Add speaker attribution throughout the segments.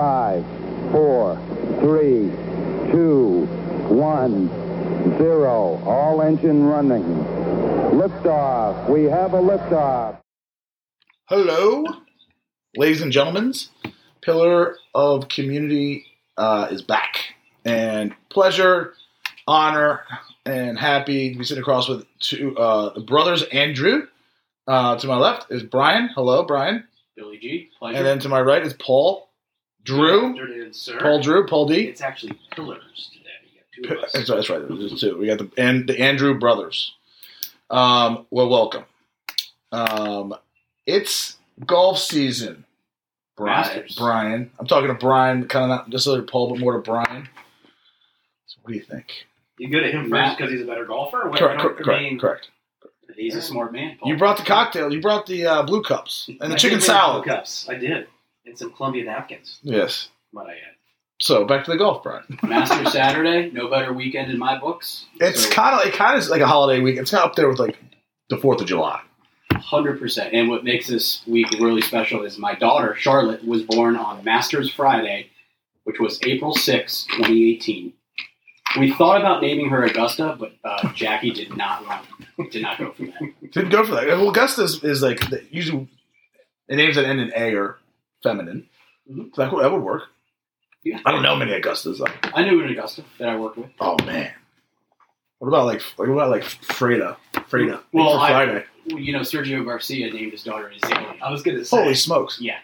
Speaker 1: five, four, three, two, one, zero. All engine running. Liftoff. We have a liftoff.
Speaker 2: Hello, ladies and gentlemen. Pillar of Community uh, is back, and pleasure, honor, and happy to be sitting across with two uh, the brothers Andrew. Uh, to my left is Brian. Hello, Brian.
Speaker 3: Billy G. Pleasure.
Speaker 2: And then to my right is Paul, Drew,
Speaker 3: Afternoon, sir.
Speaker 2: Paul Drew, Paul D.
Speaker 3: It's actually pillars today. You got two of us.
Speaker 2: That's, that's right. There's two. We got the and the Andrew brothers. Um, well, welcome. Um, it's golf season. Brian,
Speaker 3: Masters.
Speaker 2: Brian, I'm talking to Brian, kind of not necessarily Paul, but more to Brian. So what do you think?
Speaker 3: You good at him first because he's a better golfer? What,
Speaker 2: correct,
Speaker 3: what
Speaker 2: correct,
Speaker 3: I
Speaker 2: correct,
Speaker 3: mean,
Speaker 2: correct.
Speaker 3: He's a smart man. Paul.
Speaker 2: You brought the cocktail. You brought the uh, blue cups
Speaker 3: I
Speaker 2: and the
Speaker 3: did
Speaker 2: chicken
Speaker 3: bring
Speaker 2: salad.
Speaker 3: Cups. I did. And some Columbia napkins,
Speaker 2: Yes.
Speaker 3: might I uh, add.
Speaker 2: So back to the golf, Brian.
Speaker 4: Master Saturday, no better weekend in my books.
Speaker 2: It's kind of it kind of is like a holiday week. It's kind of up there with like the Fourth of July.
Speaker 4: hundred percent. And what makes this week really special is my daughter Charlotte was born on Masters Friday, which was April 6, twenty eighteen. We thought about naming her Augusta, but uh, Jackie did not want, did not go for that.
Speaker 2: Didn't go for that. Well, Augustus is like the, usually the names that end in A are feminine.
Speaker 4: Mhm.
Speaker 2: So that, would- that would work.
Speaker 4: Yeah.
Speaker 2: I don't know many Augustas though.
Speaker 4: I knew an Augusta that I worked with.
Speaker 2: Oh man. What about like what about like Freda? Freda.
Speaker 4: Well,
Speaker 2: for
Speaker 4: I-
Speaker 2: Friday.
Speaker 4: Well, You know, Sergio Garcia named his daughter Azalea.
Speaker 3: I was going to say.
Speaker 2: Holy smokes!
Speaker 4: Yeah.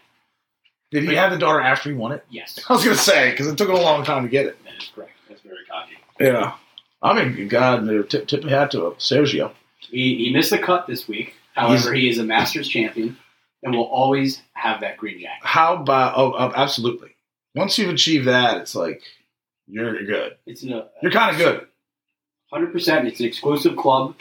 Speaker 2: Did he have the daughter after he won it?
Speaker 4: Yes,
Speaker 2: I was gonna say because it took him a long time to get it.
Speaker 4: that is correct. That's very cocky.
Speaker 2: Yeah. I mean, God, no, tip tip my hat to Sergio.
Speaker 4: He, he missed the cut this week. However, he is a Masters champion and will always have that green jacket.
Speaker 2: How about? Oh, oh, absolutely. Once you've achieved that, it's like you're good.
Speaker 4: It's a
Speaker 2: You're kind of good.
Speaker 4: hundred percent. It's an exclusive club,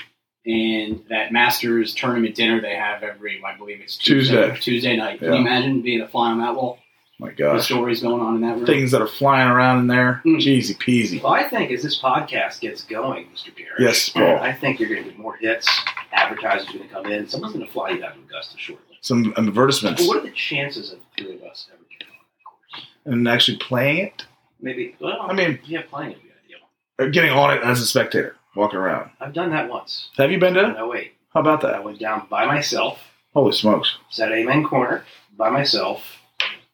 Speaker 4: and that Masters tournament dinner they have every, I believe it's Tuesday,
Speaker 2: Tuesday.
Speaker 4: Tuesday night. Can
Speaker 2: Yeah.
Speaker 4: you imagine being a fly on that wall?
Speaker 2: My
Speaker 4: The
Speaker 2: gosh.
Speaker 4: stories going on in that room.
Speaker 2: things that are flying around in there.
Speaker 4: Mm.
Speaker 2: Jeezy peasy.
Speaker 3: Well, I think as this podcast gets going, Mr. Pierre.
Speaker 2: Yes, Paul.
Speaker 3: I think you're going to get more hits. Advertisers are going to come in. Someone's going to fly you out to Augusta shortly.
Speaker 2: Some advertisements
Speaker 3: Well, what are the chances of the three of us ever getting on that course?
Speaker 2: and actually playing it,
Speaker 3: Maybe. Well,
Speaker 2: I mean-
Speaker 3: yeah, playing would be ideal.
Speaker 2: or getting on it as a spectator, walking around.
Speaker 3: I've done that once.
Speaker 2: Have you been to? it?
Speaker 3: No, wait.
Speaker 2: How about
Speaker 3: I
Speaker 2: that?
Speaker 3: went down by myself,
Speaker 2: Holy smokes!
Speaker 3: sat Amen Corner by myself,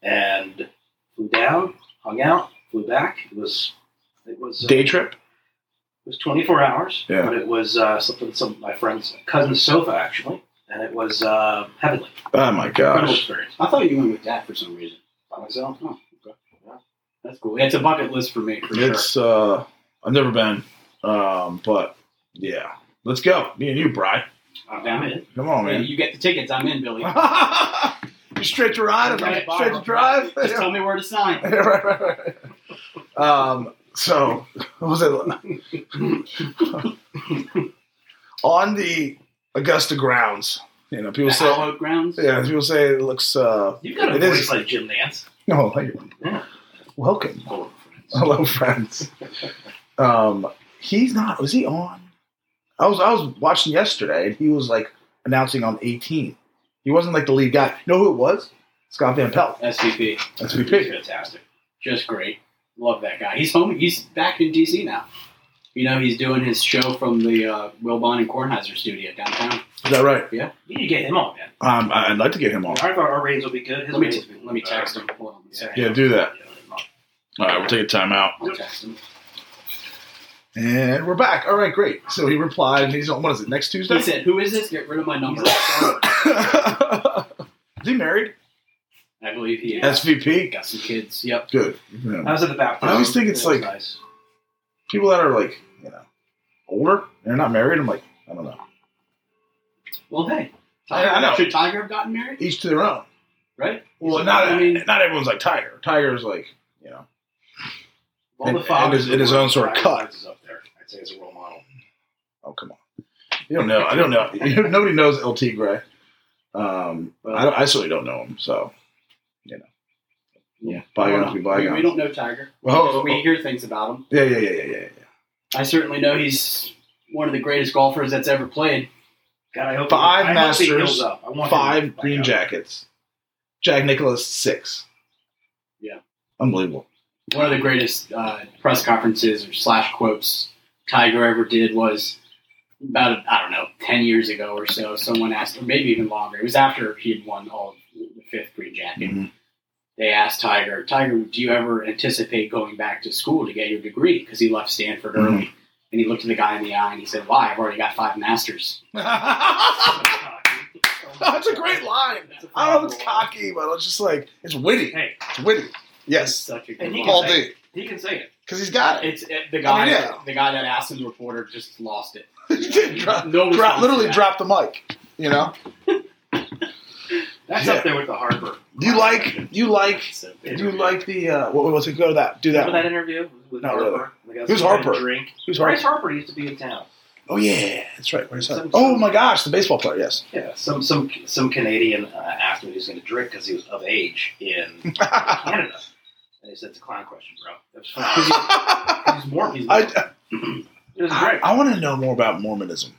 Speaker 3: and flew down, hung out, flew back. It was it was uh,
Speaker 2: Day trip.
Speaker 3: it was 24 hours,
Speaker 2: Yeah.
Speaker 3: but it was uh, something some of my friend's cousin's sofa actually, and it was uh, heavenly.
Speaker 2: Oh my
Speaker 3: Incredible
Speaker 2: gosh!
Speaker 3: experience.
Speaker 4: I thought you went with that for some reason.
Speaker 3: By myself. hmm.
Speaker 4: Oh, okay. Yeah. That's cool. It's a bucket list for me for
Speaker 2: It's uh, I've never been, um, but yeah, let's go. Me and you, Bri.
Speaker 4: sure. I'm down.
Speaker 3: in.
Speaker 2: Come on,
Speaker 4: Hey,
Speaker 2: oh, man.
Speaker 4: You get the tickets. I'm in, Billy.
Speaker 2: you straight to ride,
Speaker 4: Right, bye.
Speaker 2: straight to drive.
Speaker 4: Just tell me where to sign.
Speaker 2: right, right, right, right. Um, so, what was it? On the Augusta grounds, you know, people
Speaker 4: The
Speaker 2: say,
Speaker 4: hallowed grounds.
Speaker 2: Uh, yeah, people say it looks, uh,
Speaker 3: You've got a
Speaker 2: It
Speaker 3: voice
Speaker 2: is.
Speaker 3: like Jim Nance.
Speaker 2: oh, thank you.
Speaker 3: Yeah.
Speaker 2: Welcome.
Speaker 3: Hold on, friends.
Speaker 2: Hello, friends. Um, he's not, was he on? I was, I was watching yesterday and he was like announcing on 18. He wasn't like the lead guy. You know who it was? Scott Van Pelt.
Speaker 4: SVP.
Speaker 2: That's
Speaker 3: He's
Speaker 2: who he picked.
Speaker 3: fantastic.
Speaker 4: just great. Love that guy. He's home. He's back in DC now. You know, he's doing his show from the uh, Wilbon and Kornheiser studio downtown.
Speaker 2: Is that right?
Speaker 3: You need to get him on, man.
Speaker 2: Um, I- I'd like to get him on.
Speaker 3: I thought our ratings will be good. His
Speaker 4: Let me
Speaker 3: ratings will be
Speaker 4: let me text him. Hold on a second.
Speaker 2: Yeah, do that.
Speaker 3: Yeah.
Speaker 2: All right, we'll take a time out.
Speaker 4: I'll text him.
Speaker 2: And we're back. All right, great. So he replied, and he's on, what is it, next Tuesday?
Speaker 4: He said, "Who is this? Get rid of my number."
Speaker 2: is he married?
Speaker 4: I believe he has.
Speaker 2: SVP?
Speaker 4: got some kids. Yep.
Speaker 2: Good. Yeah.
Speaker 3: I was at the baptism.
Speaker 2: I always think it's
Speaker 3: It was
Speaker 2: like-
Speaker 3: nice.
Speaker 2: People that are like, you know, older, they're not married. I'm like, I don't know.
Speaker 4: Well, hey,
Speaker 2: I- I know.
Speaker 4: Should Tiger have gotten married?
Speaker 2: Each to their own.
Speaker 4: Right?
Speaker 2: Well, not
Speaker 4: I mean-
Speaker 2: not everyone's like Tiger. Tiger's like, you know,
Speaker 3: All
Speaker 2: And-
Speaker 3: the fathers
Speaker 2: and his- and his
Speaker 3: were-
Speaker 2: own sort of
Speaker 3: Tiger
Speaker 2: cut.
Speaker 3: Woods is up there. I'd say as a role model.
Speaker 2: oh come on. You don't know. I don't know. Nobody knows LT Gray. Um, I, don't, I certainly don't know him. So, you know,
Speaker 4: Yeah.
Speaker 2: bygones be
Speaker 4: We,
Speaker 2: bygones.
Speaker 4: we don't know Tiger.
Speaker 2: Well, oh, oh,
Speaker 4: we hear things about him.
Speaker 2: yeah, yeah, yeah, yeah, yeah.
Speaker 4: I certainly know he's one of the greatest golfers that's ever played.
Speaker 3: God, I hope
Speaker 2: Five
Speaker 3: I hope he
Speaker 2: Masters,
Speaker 3: heals up. I want him to
Speaker 2: five
Speaker 3: back
Speaker 2: green
Speaker 3: up.
Speaker 2: jackets. Jack Nicholas six.
Speaker 4: Yeah.
Speaker 2: Unbelievable.
Speaker 4: one of the greatest uh, press conferences or slash quotes Tiger ever did was about I don't know ten years ago or so. Someone asked, or maybe even longer. It was after he had won all of the fifth green jacket.
Speaker 2: Mhm.
Speaker 4: They asked Tiger, Tiger, do you ever anticipate going back to school to get your degree? Because he left Stanford
Speaker 2: Mhm.
Speaker 4: early. And he looked at the guy in the eye and he said, Why? I've already got five masters.
Speaker 2: That's a great line. I don't know if it's cocky, but it's just like it's witty.
Speaker 4: Hey,
Speaker 2: It's witty.
Speaker 4: that's
Speaker 2: Yes,
Speaker 4: such a
Speaker 3: And
Speaker 4: good
Speaker 3: he
Speaker 4: line.
Speaker 3: can
Speaker 2: Paul
Speaker 3: say
Speaker 2: D.
Speaker 3: He can say it.
Speaker 2: Because he's got it.
Speaker 4: It's it, the guy.
Speaker 2: Oh, yeah.
Speaker 4: The guy that asked him, the reporter, just lost it.
Speaker 2: he did drop,
Speaker 4: no, response
Speaker 2: drop,
Speaker 4: to
Speaker 2: literally
Speaker 4: that.
Speaker 2: dropped the mic. You know,
Speaker 3: That's up there with the Harper.
Speaker 2: you like you like
Speaker 4: So,
Speaker 2: you like the uh, what was it? Go to that. Do that.
Speaker 3: Remember that
Speaker 2: One.
Speaker 3: interview with
Speaker 2: Not really.
Speaker 3: Harper? The guy
Speaker 2: Who's
Speaker 3: who had a
Speaker 2: Harper?
Speaker 3: Drink.
Speaker 2: Who's Harper?
Speaker 3: Bryce Harper used to be in town.
Speaker 2: Oh yeah, that's right. Where's that?
Speaker 3: Some-
Speaker 2: Oh my gosh, the baseball player. Yes.
Speaker 3: Yeah, some some some Canadian uh, asked him if he was going to drink because he was of age in Canada, and he said, "It's a clown question, bro." It was fine.
Speaker 2: I,
Speaker 3: He's Mormon. He's Mormon.
Speaker 2: I,
Speaker 3: it was great.
Speaker 2: want to know more about Mormonism.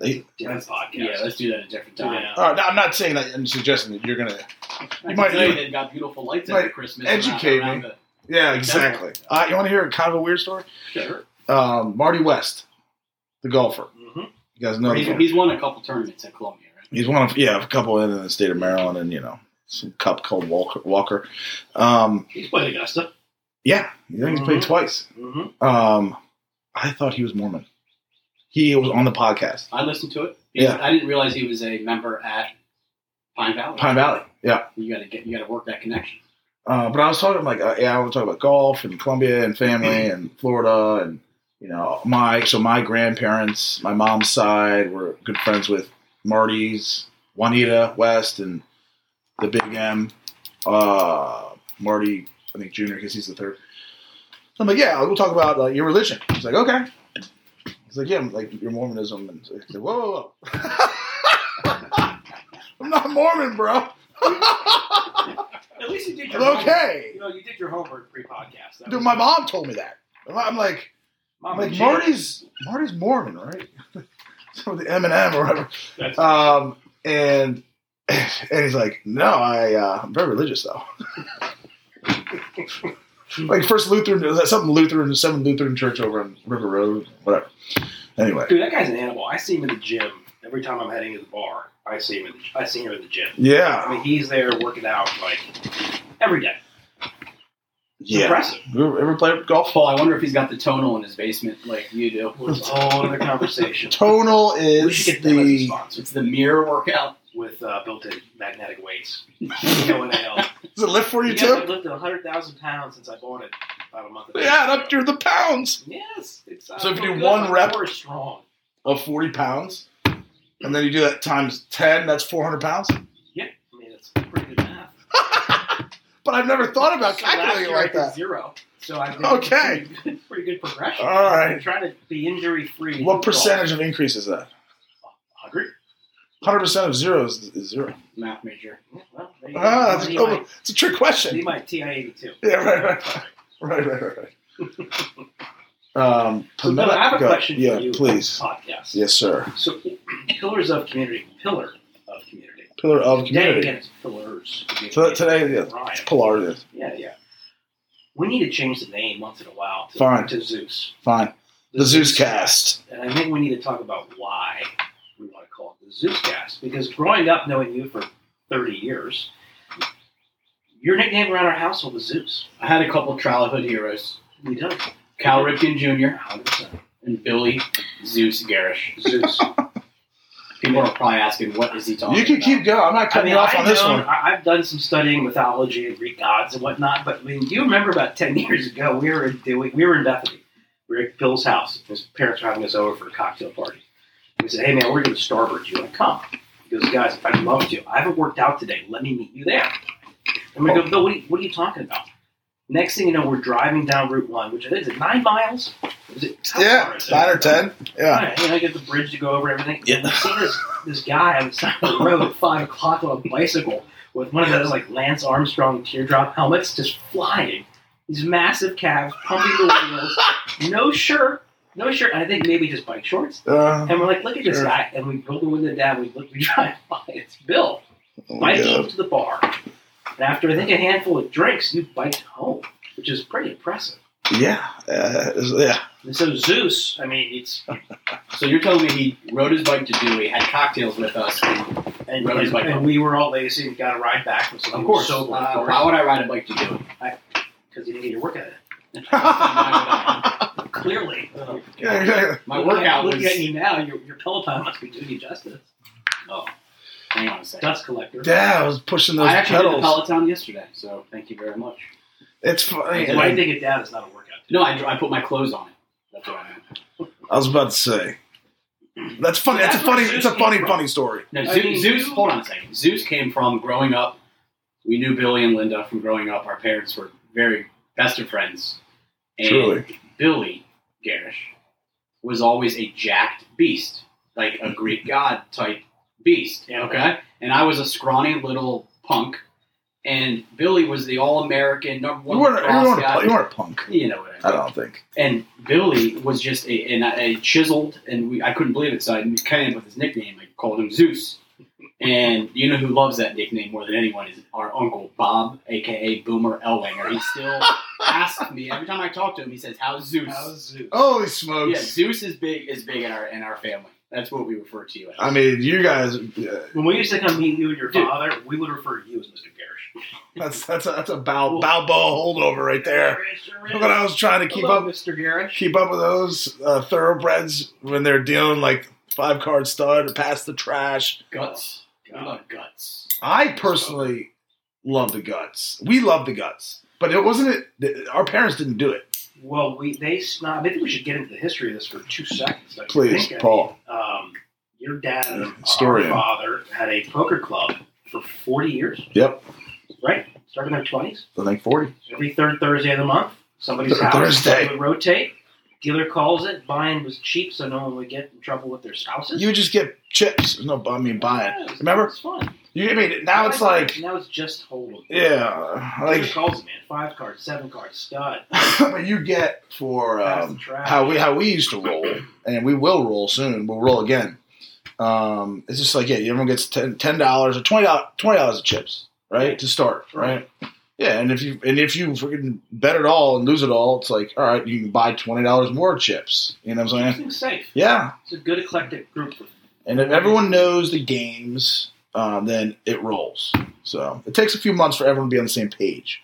Speaker 3: Different podcast.
Speaker 4: Yeah, let's do that at a different time.
Speaker 3: Yeah.
Speaker 2: All right, I'm not saying that. I'm suggesting that you're gonna.
Speaker 4: I
Speaker 2: You
Speaker 4: can
Speaker 2: might-
Speaker 4: tell you they've got beautiful lights
Speaker 2: you might
Speaker 4: every Christmas.
Speaker 2: educate
Speaker 4: around, around
Speaker 2: Yeah, exactly. Uh, you want to hear a kind of a weird story?
Speaker 4: The, sure.
Speaker 2: Um, Marty West, the golfer.
Speaker 3: Mhm.
Speaker 2: You guys know
Speaker 4: he's,
Speaker 2: him.
Speaker 4: he's won a couple tournaments at Columbia, right?
Speaker 2: He's one of yeah, a couple in the state of Maryland, and you know some cup called Walker. Walker. Um,
Speaker 3: He's played Augusta.
Speaker 2: yeah, I think he's played
Speaker 3: Mhm.
Speaker 2: twice.
Speaker 3: hmm
Speaker 2: Um, I thought he was Mormon. He was on the podcast.
Speaker 4: I listened to it. because
Speaker 2: Yeah.
Speaker 4: I didn't realize he was a member at Pine Valley.
Speaker 2: Pine Valley. Yeah.
Speaker 4: You got to get, you got to work that connection.
Speaker 2: Uh, but I was talking like, uh, yeah, I want to talk about golf and Columbia and family and Florida and you know my so my grandparents, my mom's side, were good friends with Marty's, Juanita West, and the Big M, uh, Marty, I think Junior because he's the third. So I'm like, yeah, we'll talk about uh, your religion. He's like, okay. He's like, yeah, like your Mormonism, and I said, whoa, whoa, whoa. I'm not Mormon, bro.
Speaker 3: At least you did your homework.
Speaker 2: okay.
Speaker 3: You know, you did your homework pre-podcast. That
Speaker 2: Dude,
Speaker 3: was-
Speaker 2: my mom told me that. I'm- I'm like, I'm
Speaker 3: Mama
Speaker 2: like
Speaker 3: G.
Speaker 2: Marty's Marty's Mormon, right? so the Eminem or whatever.
Speaker 3: That's-
Speaker 2: Um, and and he's like, no, I uh, I'm very religious though. like first Lutheran, is that something Lutheran, some Lutheran church over on River Road, whatever. Anyway,
Speaker 3: Dude, that guy's an animal. I see him in the gym every time I'm heading to the bar. I see him. In the, I see him in the gym. I
Speaker 2: yeah,
Speaker 3: mean, he's there working out like every day. It's
Speaker 2: yeah.
Speaker 3: Impressive.
Speaker 2: You Ever ever play golf?
Speaker 4: Paul, I wonder if he's got the tonal in his basement like you do.
Speaker 3: was a whole other conversation.
Speaker 2: Tonal
Speaker 3: We should
Speaker 2: is
Speaker 3: get them as a
Speaker 2: the
Speaker 3: sponsor
Speaker 4: It's the mirror workout.
Speaker 3: with uh, built-in magnetic weights. No one else.
Speaker 2: is it lift for you
Speaker 3: You
Speaker 2: too?
Speaker 3: guys have lifted 100,000 pounds since I bought it about a month ago.
Speaker 2: Yeah, it up to the pounds
Speaker 3: Yes. It's, uh,
Speaker 2: So if you
Speaker 3: feel
Speaker 2: do
Speaker 3: good.
Speaker 2: one
Speaker 3: My
Speaker 2: rep-
Speaker 3: core is strong.
Speaker 2: of forty pounds, and then you do that times ten. That's four hundred pounds.
Speaker 3: I mean, it's pretty good math.
Speaker 2: But I've never thought about
Speaker 3: So last
Speaker 2: calculating it
Speaker 3: year I
Speaker 2: like
Speaker 3: did
Speaker 2: that.
Speaker 3: Zero. So I did
Speaker 2: Okay.
Speaker 3: pretty good- Pretty good progression.
Speaker 2: All
Speaker 3: I'm
Speaker 2: right.
Speaker 3: trying to be injury-free.
Speaker 2: What percentage of increase is that?
Speaker 3: 100.
Speaker 2: 100% of zero is, is zero.
Speaker 4: Math major.
Speaker 3: Yeah, well, there you go.
Speaker 2: Ah, that's a,
Speaker 3: Need
Speaker 2: oh,
Speaker 3: my-
Speaker 2: it's a trick
Speaker 3: need
Speaker 2: question.
Speaker 3: my TI 82.
Speaker 2: Yeah, right, right. Right, right, right. right. Um,
Speaker 3: So, Bill, I have a
Speaker 2: go-
Speaker 3: question
Speaker 2: yeah,
Speaker 3: for you.
Speaker 2: please.
Speaker 3: Podcast.
Speaker 2: Yes, sir.
Speaker 3: So, pillars of community. Pillar of community.
Speaker 2: Pillar of
Speaker 3: Today,
Speaker 2: community.
Speaker 3: again, it's pillars.
Speaker 2: So today, yeah,
Speaker 3: Right.
Speaker 2: it's polar. Yes.
Speaker 3: Yeah, yeah. We need to change the name once in a while to,
Speaker 2: Fine.
Speaker 3: to Zeus.
Speaker 2: Fine. The Zeus cast.
Speaker 3: And I think we need to talk about why we want to call it the Zeus cast. Because growing up knowing you for 30 years, your nickname around our household was Zeus.
Speaker 4: I had a couple childhood heroes:
Speaker 3: We done it.
Speaker 4: Cal Ripken Jr.
Speaker 3: 100%.
Speaker 4: and Billy Zeus Garish.
Speaker 3: Zeus.
Speaker 4: People are probably asking, what is he talking
Speaker 2: You can
Speaker 4: about?
Speaker 2: keep going. I'm not
Speaker 3: I
Speaker 2: cutting
Speaker 3: mean,
Speaker 2: you off on
Speaker 3: I've,
Speaker 2: this
Speaker 3: known,
Speaker 2: one.
Speaker 3: I- I've done some studying mythology and Greek gods and whatnot, but I mean, you remember about 10 years ago, we were in, doing, we were in Bethany. We were at Phil's house. His parents were having us over for a cocktail party. We said, hey, man, we're going to Starboard. Do you want to come? He goes, guys, I'd love to. I haven't worked out today. Let me meet you there. And we go, Bill, what are, you, what are you talking about? Next thing you know, we're driving down Route 1, which I think is it nine miles? Is it, how far
Speaker 2: Yeah,
Speaker 3: is it?
Speaker 2: nine or ten. Yeah.
Speaker 3: Right, and I get the bridge to go over everything.
Speaker 2: Yeah.
Speaker 3: And I see this, this guy on the side of the road at 5 o'clock on a bicycle with one of those like Lance Armstrong teardrop helmets just flying. These massive calves pumping the wheels, no shirt, no shirt, and I think maybe just bike shorts.
Speaker 2: Uh,
Speaker 3: And we're like, look at this
Speaker 2: Sure.
Speaker 3: guy.
Speaker 2: Oh
Speaker 3: And we roll the window down, we look, we drive by, it's Bill biking
Speaker 2: yeah.
Speaker 3: to the bar. And after I think a handful of drinks, you biked home, which is pretty impressive.
Speaker 2: Yeah, uh, yeah.
Speaker 3: And so Zeus, I mean, it's
Speaker 4: So you're telling me he rode his bike to Dewey, had cocktails with us, and
Speaker 3: and,
Speaker 4: Rode his bike
Speaker 3: and
Speaker 4: home.
Speaker 3: we were all lazy and got a ride back with
Speaker 4: of
Speaker 3: something
Speaker 4: course,
Speaker 3: sober
Speaker 4: uh, why would I ride a bike to Dewey?
Speaker 3: because you didn't get your workout in.
Speaker 2: yeah,
Speaker 3: Clearly,
Speaker 2: yeah.
Speaker 4: My
Speaker 3: Looking at-
Speaker 4: workout was.
Speaker 3: Looking at you now, your, your Peloton must be doing you justice.
Speaker 4: Oh, hang on a second.
Speaker 3: Dust collector.
Speaker 2: Yeah, I was pushing those
Speaker 4: I actually did the
Speaker 2: pedals.
Speaker 4: Peloton yesterday, so thank you very much.
Speaker 2: It's funny.
Speaker 3: And winding it down is not a workout.
Speaker 4: No, I, I put my clothes on it. That's what I meant.
Speaker 2: I was about to say. That's funny. It's a
Speaker 3: That's where
Speaker 2: funny.
Speaker 3: Zeus
Speaker 2: It's a
Speaker 3: came
Speaker 2: funny,
Speaker 3: from.
Speaker 2: funny story.
Speaker 4: No,
Speaker 3: I
Speaker 4: Zeus,
Speaker 3: mean,
Speaker 4: Zeus.
Speaker 3: you-
Speaker 4: Hold on a second. Zeus came from growing up. We knew Billy and Linda from growing up. Our parents were very best of friends. And
Speaker 2: Truly.
Speaker 4: Billy Garish was always a jacked beast, like a Greek god type beast.
Speaker 3: Yeah.
Speaker 4: Okay, and I was a scrawny little punk, and Billy was the all-American number one.
Speaker 2: You weren't. You
Speaker 4: lacrosse
Speaker 2: weren't,
Speaker 4: guy.
Speaker 2: a, you weren't a punk.
Speaker 4: You know what I mean
Speaker 2: I don't think.
Speaker 4: and Billy was just a, an, a chiseled, and we, I couldn't believe it, so I came up with his nickname. I called him Zeus. And you know who loves that nickname more than anyone is our uncle Bob, aka Boomer Elwanger. He still asks me every time I talk to him. He says, "How's Zeus?"
Speaker 3: How's Zeus?
Speaker 2: Holy
Speaker 4: yeah,
Speaker 2: smokes!
Speaker 4: Zeus is big is big in our in our family. That's what we refer to you as.
Speaker 2: I mean, you guys. Yeah,
Speaker 3: When we used to come meet you and your
Speaker 4: Dude.
Speaker 3: father, we would refer to you as Mr. Garish.
Speaker 2: that's that's a, that's a bow Balboa holdover right there.
Speaker 3: Garish, sure is.
Speaker 2: Look what I was trying to keep
Speaker 3: Hello,
Speaker 2: up.
Speaker 3: Mr. Garish.
Speaker 2: keep up with those uh, thoroughbreds when they're dealing like five card stud, pass the trash.
Speaker 4: guts. I love guts.
Speaker 2: I personally love the guts. We love the guts, but it wasn't it. th- Our parents didn't do it.
Speaker 3: Well, we they snob. Maybe we should get into the history of this for two seconds. don't you
Speaker 2: Please,
Speaker 3: think? I
Speaker 2: Paul.
Speaker 3: mean, um, your dad, and
Speaker 2: Story.
Speaker 3: our father, had a poker club for forty years,
Speaker 2: Yep,
Speaker 3: starting in their twenties.
Speaker 2: I think forty.
Speaker 3: Every third Thursday of the month, somebody's
Speaker 2: Third
Speaker 3: house.
Speaker 2: Thursday.
Speaker 3: They would rotate. Dealer calls it. Buying was cheap, so no one would get in trouble with their spouses.
Speaker 2: You would just get chips. There's no, I mean, buying.
Speaker 3: Yeah, it was-
Speaker 2: Remember?
Speaker 3: it was fun.
Speaker 2: You I mean now it's like
Speaker 3: now it's just hold'em.
Speaker 2: yeah,
Speaker 3: Like,
Speaker 2: like
Speaker 3: calls it, man. Five card, seven card, stud.
Speaker 2: what you get for
Speaker 3: Pass the
Speaker 2: um,
Speaker 3: trash.
Speaker 2: how we how we used to roll, and we will roll soon. We'll roll again. Um, it's just like yeah, everyone gets ten dollars or twenty dollars twenty dollars of chips, right, to start, right? Yeah, and if you and if you freaking bet it all and lose it all, it's like all right, you can buy twenty dollars more chips. You know what I'm saying?
Speaker 3: Seems safe.
Speaker 2: Yeah,
Speaker 3: It's a good eclectic group.
Speaker 2: and if everyone knows the games, um, then it rolls. So it takes a few months for everyone to be on the same page,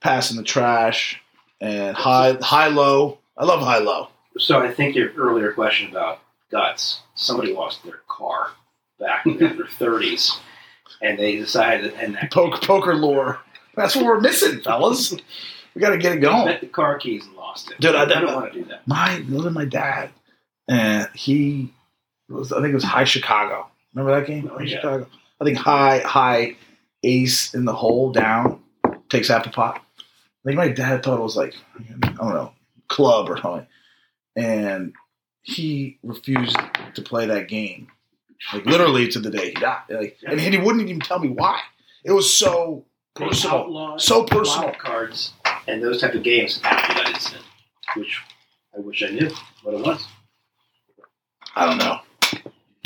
Speaker 2: passing the trash and high high low. I love high low.
Speaker 3: So I think your earlier question about guts. Somebody lost their car back in their thirties, and they decided, and that
Speaker 2: Poke, poker lore. That's what we're missing, fellas. We got to get it
Speaker 3: they
Speaker 2: going.
Speaker 3: bet the car keys and lost it.
Speaker 2: Dude, I-
Speaker 3: don't want to do that.
Speaker 2: My, living my dad, and he was, I think it was High Chicago. Remember that game?
Speaker 3: Oh,
Speaker 2: High
Speaker 3: yeah.
Speaker 2: Chicago. I think High, High, Ace in the hole down takes half the pot. I think my dad thought it was like, I don't know, club or something. And he refused to play that game. Like literally to the day he died. Like, And he wouldn't even tell me why. It was so
Speaker 3: They
Speaker 2: personal.
Speaker 3: outlawed
Speaker 2: So personal.
Speaker 3: wild cards and those type of games after that incident, which I wish I knew what it was.
Speaker 2: I don't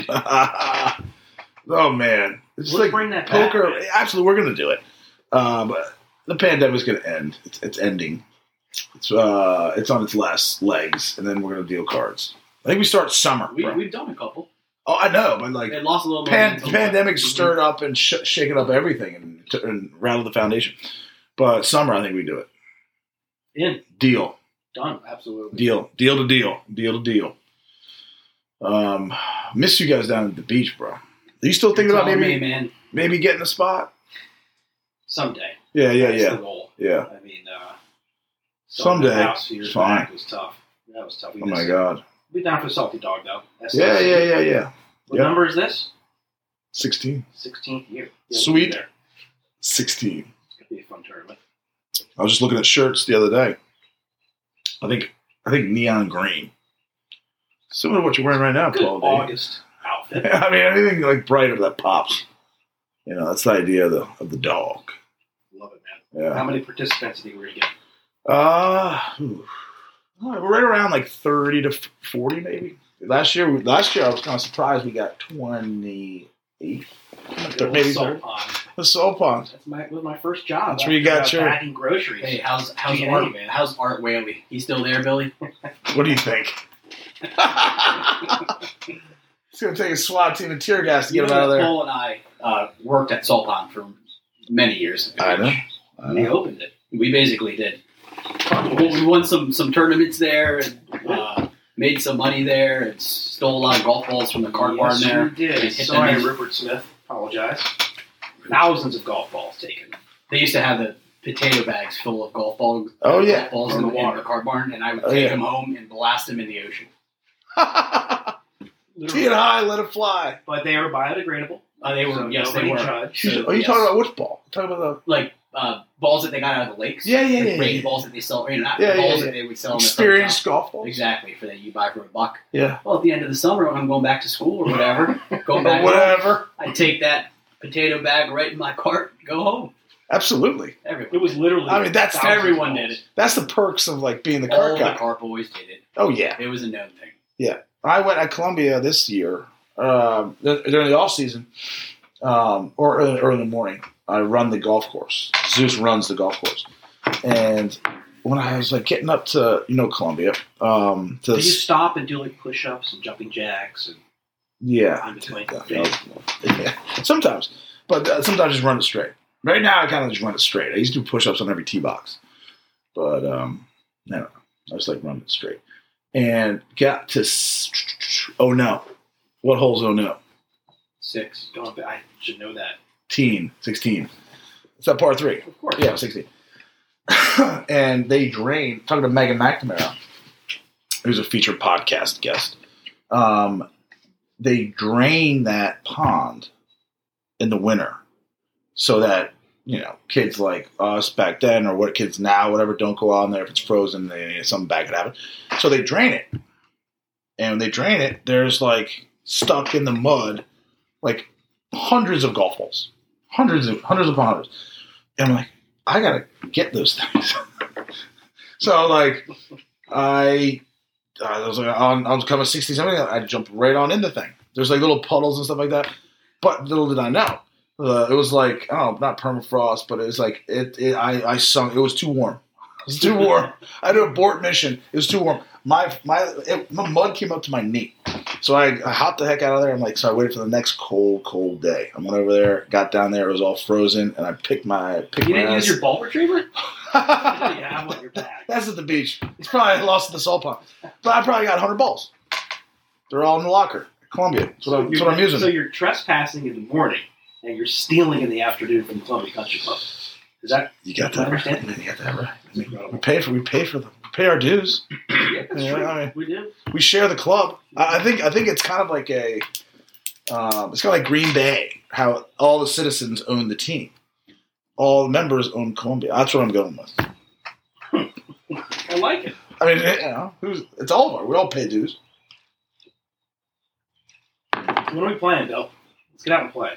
Speaker 2: know. oh man, it's
Speaker 3: Let's
Speaker 2: like
Speaker 3: bring that back.
Speaker 2: poker. Absolutely, we're gonna do it. Um, the pandemic's gonna end. It's, it's ending. It's uh, it's on its last legs, and then we're gonna deal cards. I think we start summer.
Speaker 4: We,
Speaker 2: bro.
Speaker 4: we've done a couple.
Speaker 2: oh, I know, but like
Speaker 4: It lost a little.
Speaker 2: pan,
Speaker 4: momentum,
Speaker 2: pandemic
Speaker 4: but-
Speaker 2: stirred up and sh- shaken up everything and, t- and rattled the foundation. But summer, I think we do it.
Speaker 3: In
Speaker 2: Deal,
Speaker 3: done absolutely.
Speaker 2: deal, deal to deal, deal to deal. Um, miss you guys down at the beach, bro. Are you still thinking about
Speaker 4: Tell
Speaker 2: maybe?
Speaker 4: me, man.
Speaker 2: maybe getting a spot.
Speaker 3: Someday.
Speaker 2: Yeah, yeah,
Speaker 3: That's
Speaker 2: yeah,
Speaker 3: The goal.
Speaker 2: yeah.
Speaker 3: I mean, uh,
Speaker 2: Someday.
Speaker 3: selling that House for years
Speaker 2: Fine.
Speaker 3: back was tough. That was tough. We
Speaker 2: Oh my
Speaker 3: missed-
Speaker 2: god.
Speaker 3: We down for salty dog though. That's
Speaker 2: Yeah,
Speaker 3: nice.
Speaker 2: yeah, yeah, yeah.
Speaker 3: What
Speaker 2: Yeah.
Speaker 3: number is this?
Speaker 2: Sixteen.
Speaker 3: Sixteenth year.
Speaker 2: Sweet.
Speaker 3: There.
Speaker 2: Sixteen.
Speaker 3: It's gonna be a fun tournament.
Speaker 2: I was just looking at shirts the other day. I think I think neon green. Similar to what you're wearing right now,
Speaker 3: Good
Speaker 2: Paul. dude.
Speaker 3: August outfit.
Speaker 2: I mean, anything like brighter that pops. You know, that's the idea of the of the dog.
Speaker 3: Love it, man.
Speaker 2: Yeah.
Speaker 3: How many participants do you think we're gonna get?
Speaker 2: Uh, ooh. All right, right around like thirty to forty, maybe. Last year, last year I was kind of surprised we got twenty eight,
Speaker 3: Get a
Speaker 2: maybe
Speaker 3: little salt
Speaker 2: thirty.
Speaker 3: pond.
Speaker 2: The soul pond.
Speaker 3: That's my was my first job.
Speaker 2: That's where you got
Speaker 3: after, uh,
Speaker 2: your-
Speaker 3: bagging groceries.
Speaker 4: Hey, how's how's
Speaker 3: G&A,
Speaker 4: Art?
Speaker 3: man.
Speaker 4: How's Art Whaley? He's still there, Billy?
Speaker 2: What do you think? it's gonna take a SWAT team and tear gas to
Speaker 4: You
Speaker 2: get
Speaker 4: know,
Speaker 2: him out of there.
Speaker 4: Paul and I uh, worked at Solpon for many years.
Speaker 2: I know. I
Speaker 4: We
Speaker 2: know.
Speaker 4: opened it. We basically did. Well, we won some some tournaments there and uh, made some money there and stole a lot of golf balls from the cart barn
Speaker 3: yes,
Speaker 4: there.
Speaker 3: you did.
Speaker 4: Hit the
Speaker 3: Sorry,
Speaker 4: net.
Speaker 3: Rupert Smith. Apologize. Thousands of golf balls taken.
Speaker 4: They used to have the potato bags full of golf ball,
Speaker 2: Oh,
Speaker 4: golf
Speaker 2: yeah.
Speaker 4: balls in
Speaker 3: From
Speaker 4: the,
Speaker 3: the
Speaker 4: in
Speaker 3: water.
Speaker 4: the cart barn, and I would
Speaker 2: Oh,
Speaker 4: take
Speaker 2: yeah.
Speaker 4: them home and blast them in the ocean.
Speaker 2: Tee it high, let it fly.
Speaker 3: But they are biodegradable.
Speaker 4: Uh, they were
Speaker 3: so
Speaker 4: yes, they
Speaker 3: nobody
Speaker 4: were
Speaker 3: judged.
Speaker 4: So,
Speaker 2: Are you
Speaker 4: yes.
Speaker 2: talking about which ball? You're talking about
Speaker 4: like uh, balls that they got out of the lakes.
Speaker 2: Yeah, yeah,
Speaker 4: Like
Speaker 2: yeah,
Speaker 4: rain
Speaker 2: yeah.
Speaker 4: balls that they sell, or, you know, not
Speaker 2: Yeah, yeah,
Speaker 4: balls
Speaker 2: yeah.
Speaker 4: that they would
Speaker 2: the
Speaker 4: sell.
Speaker 2: experienced
Speaker 4: Experience.
Speaker 2: golf balls?
Speaker 4: Exactly for that you buy for a buck.
Speaker 2: Yeah.
Speaker 4: Well, at the end of the summer when I'm going back to school or whatever, go
Speaker 2: Or
Speaker 4: back.
Speaker 2: whatever.
Speaker 4: I take that potato bag right in my cart, go home.
Speaker 2: Absolutely.
Speaker 3: It
Speaker 4: Everyone,
Speaker 3: was literally.
Speaker 2: I mean, that's-
Speaker 3: thousands of
Speaker 4: everyone
Speaker 3: balls.
Speaker 4: did it.
Speaker 2: That's the perks of like being the
Speaker 4: all
Speaker 2: cart
Speaker 4: the
Speaker 2: guy.
Speaker 4: car boys did it.
Speaker 2: Oh yeah.
Speaker 4: It was a known thing.
Speaker 2: I went at Columbia this year um, th- during the off season um, or early, early in the morning. I run the golf course. Zeus runs the golf course, and when I was like getting up to you know Columbia, um, to
Speaker 3: Did you
Speaker 2: s-
Speaker 3: stop and do like push-ups and jumping jacks and
Speaker 2: yeah,
Speaker 3: in between?
Speaker 2: Yeah, yeah. sometimes, but uh, sometimes I just run it straight. Right now, I kind of just run it straight. I used to do push ups on every tee box, but um, I don't know. I just like running it straight. And got to s- oh no, what holes? Oh no,
Speaker 4: Six.
Speaker 3: Don't- I should know that.
Speaker 2: 16, 16. It's that par three.
Speaker 3: Of course.
Speaker 2: Yeah, 16. and they drained, talking to Megan McNamara, who's a featured podcast guest. Um, they drain that pond in the winter so that, you know, kids like us back then or what kids now, whatever, don't go out in there. If it's frozen, they, something bad could happen. So they drain it. And when they drain it, there's like stuck in the mud, like hundreds of golf balls, hundreds of hundreds upon hundreds. And I'm like, I gotta get those things. so like, I I was like on on coming sixty something. I jumped right on in the thing. There's like little puddles and stuff like that. But little did I know, uh, it was like I don't know, not permafrost, but it was like it. it I I sunk. It was too warm. It was too warm. I had to abort mission. It was too warm. My my it, my mud came up to my knee. So I, I hopped the heck out of there. I'm like, so I waited for the next cold, cold day. I went over there, got down there. It was all frozen, and I picked my picked
Speaker 3: You
Speaker 2: my
Speaker 3: didn't
Speaker 2: ass.
Speaker 3: use your ball retriever?
Speaker 2: That's
Speaker 3: yeah, I want your bag.
Speaker 2: at the beach. It's probably lost in the salt pond. But I probably got 100 balls. They're all in the locker. Columbia. That's what, I'm, that's what I'm
Speaker 3: you're-
Speaker 2: using.
Speaker 3: So you're trespassing in the morning and you're stealing in the afternoon from the Columbia Country Club. Is that
Speaker 2: you got that right.
Speaker 3: understand?
Speaker 2: man. You got that right. I mean, we pay for we pay for them. We pay our dues.
Speaker 3: yeah, that's
Speaker 2: Yeah,
Speaker 3: true.
Speaker 2: I mean-
Speaker 3: we do.
Speaker 2: We share the club. I, I think I think it's kind of like a um, it's kind of like Green Bay, how all the citizens own the team. All the members own Columbia. That's what I'm going with.
Speaker 3: I like it.
Speaker 2: I mean, you know, who's, it's all of our. We all pay dues.
Speaker 3: When are we playing, Bill? Let's get out and play.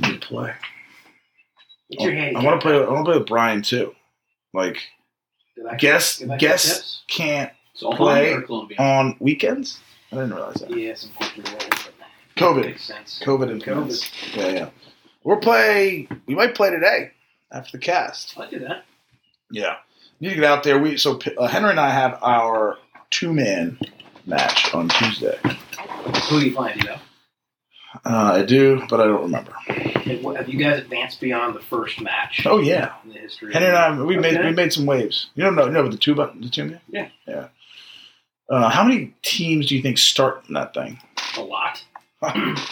Speaker 2: We need to play.
Speaker 3: What's your handicap?
Speaker 2: Oh, I want to play. I want to play with Brian too. Like
Speaker 3: Did I-
Speaker 2: guest
Speaker 3: did I get
Speaker 2: guest
Speaker 3: tips?
Speaker 2: can't
Speaker 4: So
Speaker 2: Play.
Speaker 4: or Columbia.
Speaker 2: on weekends. I didn't realize that.
Speaker 3: Yes, unfortunately, but that
Speaker 2: COVID,
Speaker 3: makes sense.
Speaker 2: COVID influence. Yeah, yeah. We're play. We might play today after the cast.
Speaker 3: I'll do that.
Speaker 2: Yeah, need to get out there. We so uh, Henry and I have our two man match on Tuesday.
Speaker 3: Who are you playing, you know?
Speaker 2: Uh, I do, but I don't remember.
Speaker 3: And what- Have you guys advanced beyond the first match
Speaker 2: Oh yeah,
Speaker 3: in the history?
Speaker 2: Henry and I we made
Speaker 3: Okay.
Speaker 2: we made some waves. You don't know you know about the two button the two man.
Speaker 3: Yeah.
Speaker 2: yeah. Uh, how many teams do you think start in that thing?
Speaker 3: a lot.
Speaker 2: I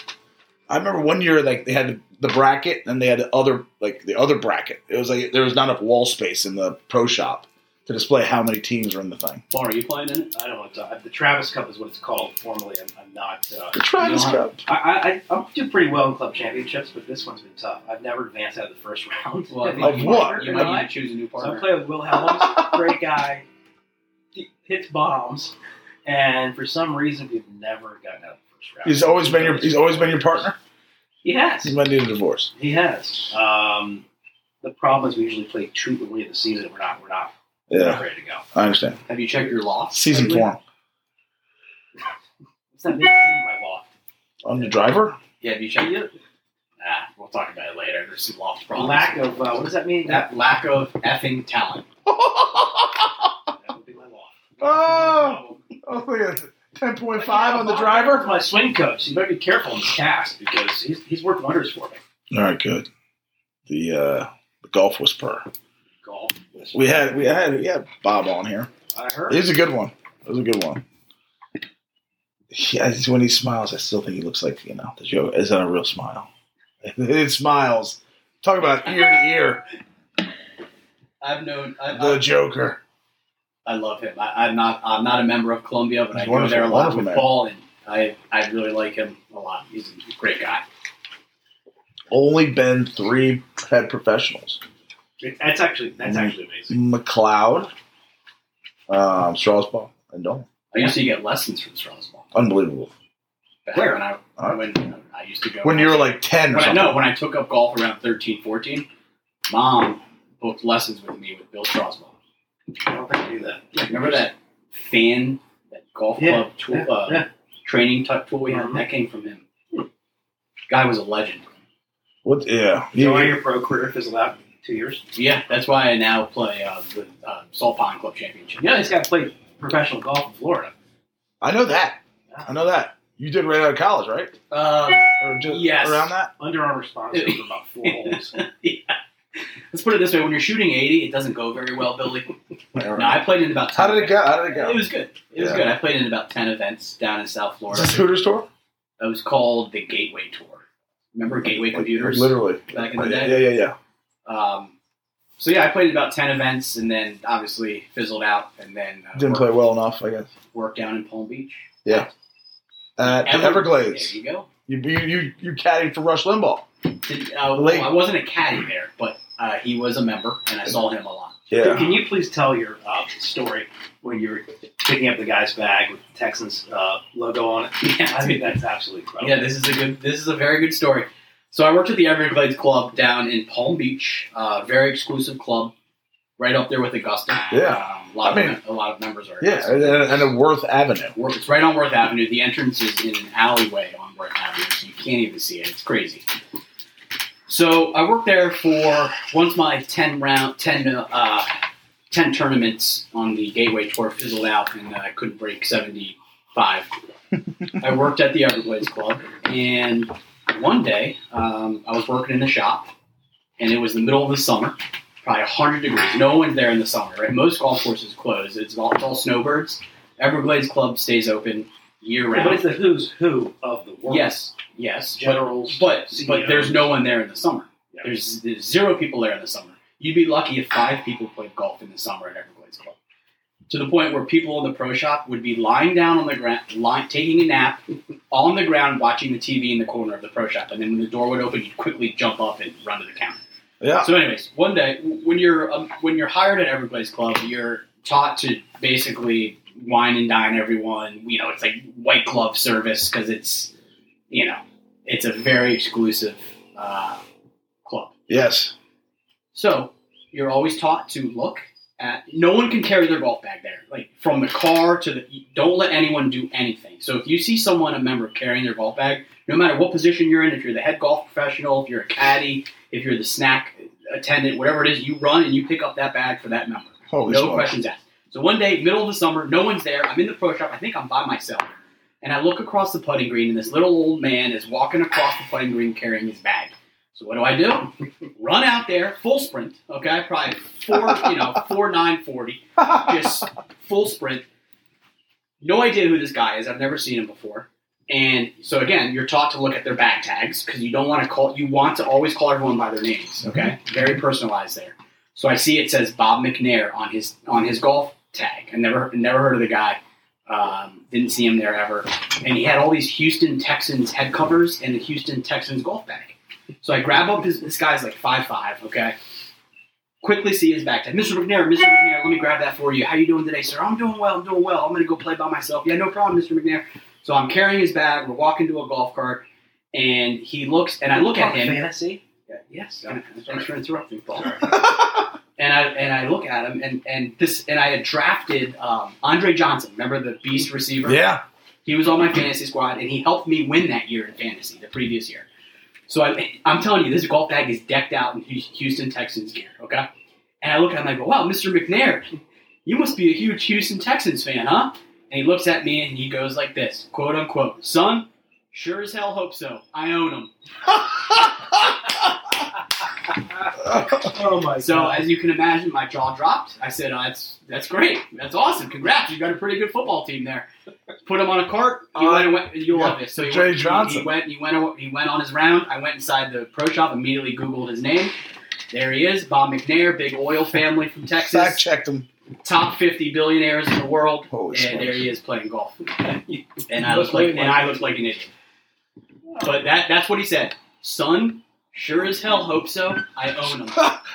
Speaker 2: remember one year like they had the bracket and they had the other like the other bracket. It was like there was not enough wall space in the pro shop to display how many teams were in the thing.
Speaker 4: Paul, are you playing in it?
Speaker 3: I don't want to. The Travis Cup is what it's called formally. I'm, I'm not. Uh,
Speaker 2: The Travis
Speaker 4: Yeah.
Speaker 2: Cup.
Speaker 3: I, I I do pretty well in club championships, but this one's been tough. I've never advanced out of the first round.
Speaker 4: Well, I think
Speaker 2: Of
Speaker 4: you
Speaker 2: what?
Speaker 4: might- You might need to choose a new
Speaker 3: So I
Speaker 4: partner.
Speaker 3: play with Will Helms, great guy, He hits bombs, and for some reason we've never gotten out of the first round.
Speaker 2: He's always been your he's always been your partner.
Speaker 3: He
Speaker 2: He
Speaker 3: has.
Speaker 2: might need a divorce.
Speaker 3: He has. Um, the problem is we usually play two early in the season. We're not. We're not. we're
Speaker 2: Yeah,
Speaker 3: not ready to go.
Speaker 2: I understand.
Speaker 4: Have you checked your loft?
Speaker 2: Season
Speaker 3: Like,
Speaker 2: form
Speaker 3: It's not me. My law.
Speaker 2: on the driver.
Speaker 4: Yeah, have you checked it? Ah, we'll talk about it later. There's some loft problems.
Speaker 3: Lack of uh, what does that mean?
Speaker 4: that lack of effing talent.
Speaker 3: that would be my law.
Speaker 2: Oh! Oh, yeah. 10.5 on the
Speaker 3: That's
Speaker 2: driver.
Speaker 3: my swing coach. You better be careful in the cast because he's, he's worked wonders for me.
Speaker 2: All right, good. The uh, the golf whisperer.
Speaker 3: Golf.
Speaker 2: We had we had we had Bob on here.
Speaker 3: I heard.
Speaker 2: He's a good one. That was a good one. Yeah, it's when he smiles, I still think he looks like you know the joke. Is that a real smile? it smiles. Talk about ear to ear,
Speaker 4: I've known. I, I-
Speaker 2: the Joker.
Speaker 4: I love him. I, I'm not. I'm not a member of Columbia, but
Speaker 2: He's
Speaker 4: I go
Speaker 2: wonderful-
Speaker 4: there a
Speaker 2: wonderful
Speaker 4: lot with
Speaker 2: man.
Speaker 4: Paul, and I I really like him a lot. He's a great guy.
Speaker 2: Only been three head professionals:
Speaker 3: That's actually that's actually amazing.
Speaker 2: McLeod, um, Strasbaugh, and Dolan.
Speaker 4: I used to get lessons from Strasbourg.
Speaker 2: Unbelievable.
Speaker 4: Back
Speaker 3: Where?
Speaker 4: When I when I used to go
Speaker 2: When you were like ten or
Speaker 4: when I,
Speaker 2: something.
Speaker 4: no when I took up golf around 13, 14, mom booked lessons with me with Bill Strasbourg.
Speaker 3: I don't think I knew that.
Speaker 4: Remember that fan that golf
Speaker 3: Yeah,
Speaker 4: club tool,
Speaker 3: yeah,
Speaker 4: uh,
Speaker 3: yeah.
Speaker 4: training tuck tool we had?
Speaker 3: Mhm.
Speaker 4: That came from him. Guy was a legend.
Speaker 2: What? Yeah.
Speaker 3: So why
Speaker 2: Yeah.
Speaker 3: your pro career fizzled out in two years?
Speaker 4: Yeah, that's why I now play uh, the uh, Salt Pond Club Championship.
Speaker 3: Yeah, he's got to play professional golf in Florida.
Speaker 2: I know that. I know that. You did right out of college, right?
Speaker 4: Um,
Speaker 2: Or just
Speaker 4: Yes.
Speaker 2: around that.
Speaker 3: Under Armour sponsored for about four holes.
Speaker 4: let's put it this way: when you're shooting 80, it doesn't go very well, Billy. No, I played in about. 10
Speaker 2: How did it go? How did it go?
Speaker 4: It was good. It was
Speaker 2: Yeah.
Speaker 4: good. I played in about 10 events down in South
Speaker 2: Is
Speaker 4: Florida.
Speaker 2: this Hooters tour?
Speaker 4: It was called the Gateway Tour. Remember Gateway Computers?
Speaker 2: Literally.
Speaker 4: back in the
Speaker 2: yeah,
Speaker 4: day.
Speaker 2: Yeah, yeah,
Speaker 4: Um, so yeah, I played in about 10 events, and then obviously fizzled out, and then uh,
Speaker 2: yeah. Didn't
Speaker 4: worked,
Speaker 2: play well enough, I guess.
Speaker 4: worked down in Palm Beach.
Speaker 2: At the
Speaker 4: Ever-
Speaker 2: Everglades.
Speaker 4: There you go.
Speaker 2: You, you, you, you caddied for Rush Limbaugh.
Speaker 4: Did- uh, well,
Speaker 2: Late.
Speaker 4: I wasn't a caddy there, but uh, he was a member, and I saw him a lot.
Speaker 3: Can you please tell your uh, story when you're picking up the guy's bag with the Texans uh, logo on it? I think that's absolutely incredible.
Speaker 4: Yeah, this is a good. This is a very good story. So I worked at the Everglades Club down in Palm Beach, uh, very exclusive club, right up there with Augusta.
Speaker 2: Yeah.
Speaker 4: um, a lot
Speaker 2: I
Speaker 4: of
Speaker 2: mean-
Speaker 4: a lot of members are.
Speaker 2: Yeah, and, and and a Worth Avenue.
Speaker 4: Worth- It's right on Worth Avenue. The entrance is in an alleyway on Worth Avenue, so you can't even see it. It's crazy. So I worked there for once my ten round ten uh, ten tournaments on the Gateway Tour fizzled out, and I couldn't break seventy five. I worked at the Everglades Club, and one day um, I was working in the shop, and it was the middle of the summer, probably hundred degrees. No one's there in the summer, right? Most golf courses close. It's all, it's all snowbirds. Everglades Club stays open year
Speaker 3: But it's
Speaker 4: round.
Speaker 3: the who's who of the world.
Speaker 4: Yes, yes, but
Speaker 3: Generals.
Speaker 4: but, but
Speaker 3: CEOs.
Speaker 4: there's no one there in the summer.
Speaker 3: Yeah.
Speaker 4: There's, there's zero people there in the summer. You'd be lucky if five people played golf in the summer at Everglades Club. To the point where people in the pro shop would be lying down on the ground, lying, taking a nap on the ground, watching the TV in the corner of the pro shop, and then when the door would open, you'd quickly jump up and run to the counter.
Speaker 2: Yeah.
Speaker 4: So, anyways, one day w- when you're um, when you're hired at Everglades Club, you're taught to basically wine and dine everyone. You know, it's like white glove service because it's you know it's a very exclusive uh, club.
Speaker 2: Yes.
Speaker 4: So you're always taught to look at. No one can carry their golf bag there, like from the car to the. Don't let anyone do anything. So if you see someone, a member, carrying their golf bag, no matter what position you're in, if you're the head golf professional, if you're a caddy, if you're the snack attendant, whatever it is, you run and you pick up that bag for that member.
Speaker 2: Holy
Speaker 4: No
Speaker 2: smokes.
Speaker 4: questions asked. So one day, middle of the summer, no one's there. I'm in the pro shop. I think I'm by myself. And I look across the putting green, and this little old man is walking across the putting green carrying his bag. So what do I do? Run out there, full sprint. Okay, probably four, you know, four nine forty, just full sprint. No idea who this guy is. I've never seen him before. And so again, you're taught to look at their bag tags because you don't want to call. You want to always call everyone by their names. Okay, very personalized there. So I see it says Bob McNair on his on his golf tag. I never never heard of the guy. Um, didn't see him there ever. And he had all these Houston Texans head covers and the Houston Texans golf bag. So I grab up his this guy's like five five. Okay. Quickly see his back tag. Mr. McNair, Mr. McNair, let me grab that for you. How you doing today, sir? I'm doing well. I'm doing well. I'm gonna go play by myself. Yeah, no problem, Mr. McNair. So I'm carrying his bag. We're walking to a golf cart, and he looks, and I look at
Speaker 3: Talk
Speaker 4: him.
Speaker 3: Fantasy.
Speaker 4: Yeah, yes, I'm- thanks for interrupting, Paul. and I and I look at him, and and this, and I had drafted um, Andre Johnson. Remember the beast receiver?
Speaker 2: Yeah.
Speaker 4: He was on my fantasy squad, and he helped me win that year in fantasy, the previous year. So I, I'm telling you, this golf bag is decked out in Hu- Houston Texans gear. Okay, and I look at him, I go, "Wow, Mr. McNair, you must be a huge Houston Texans fan, huh?" And he looks at me and he goes like this, "Quote unquote, son, sure as hell hope so. I own them."
Speaker 3: Oh my
Speaker 4: So as you can imagine, my jaw dropped. I said, oh, "That's that's great. That's awesome. Congrats. You got a pretty good football team there." Put him on a cart. He
Speaker 2: Uh,
Speaker 4: went and went. You'll
Speaker 2: yeah,
Speaker 4: love this. So he
Speaker 2: Trey
Speaker 4: went, he-
Speaker 2: Johnson.
Speaker 4: He went. He went. He went on his round. I went inside the pro shop. Immediately Googled his name. There he is, Bob McNair, big oil family from
Speaker 2: Fact
Speaker 4: Texas,
Speaker 2: checked him.
Speaker 4: top fifty billionaires in the world,
Speaker 2: Holy
Speaker 4: and there
Speaker 2: smokes.
Speaker 4: he is playing golf. And I
Speaker 3: Looks
Speaker 4: looked like
Speaker 3: like one.
Speaker 4: and I looked like an idiot. But that that's what he said. Son, sure as hell hope so. I own him.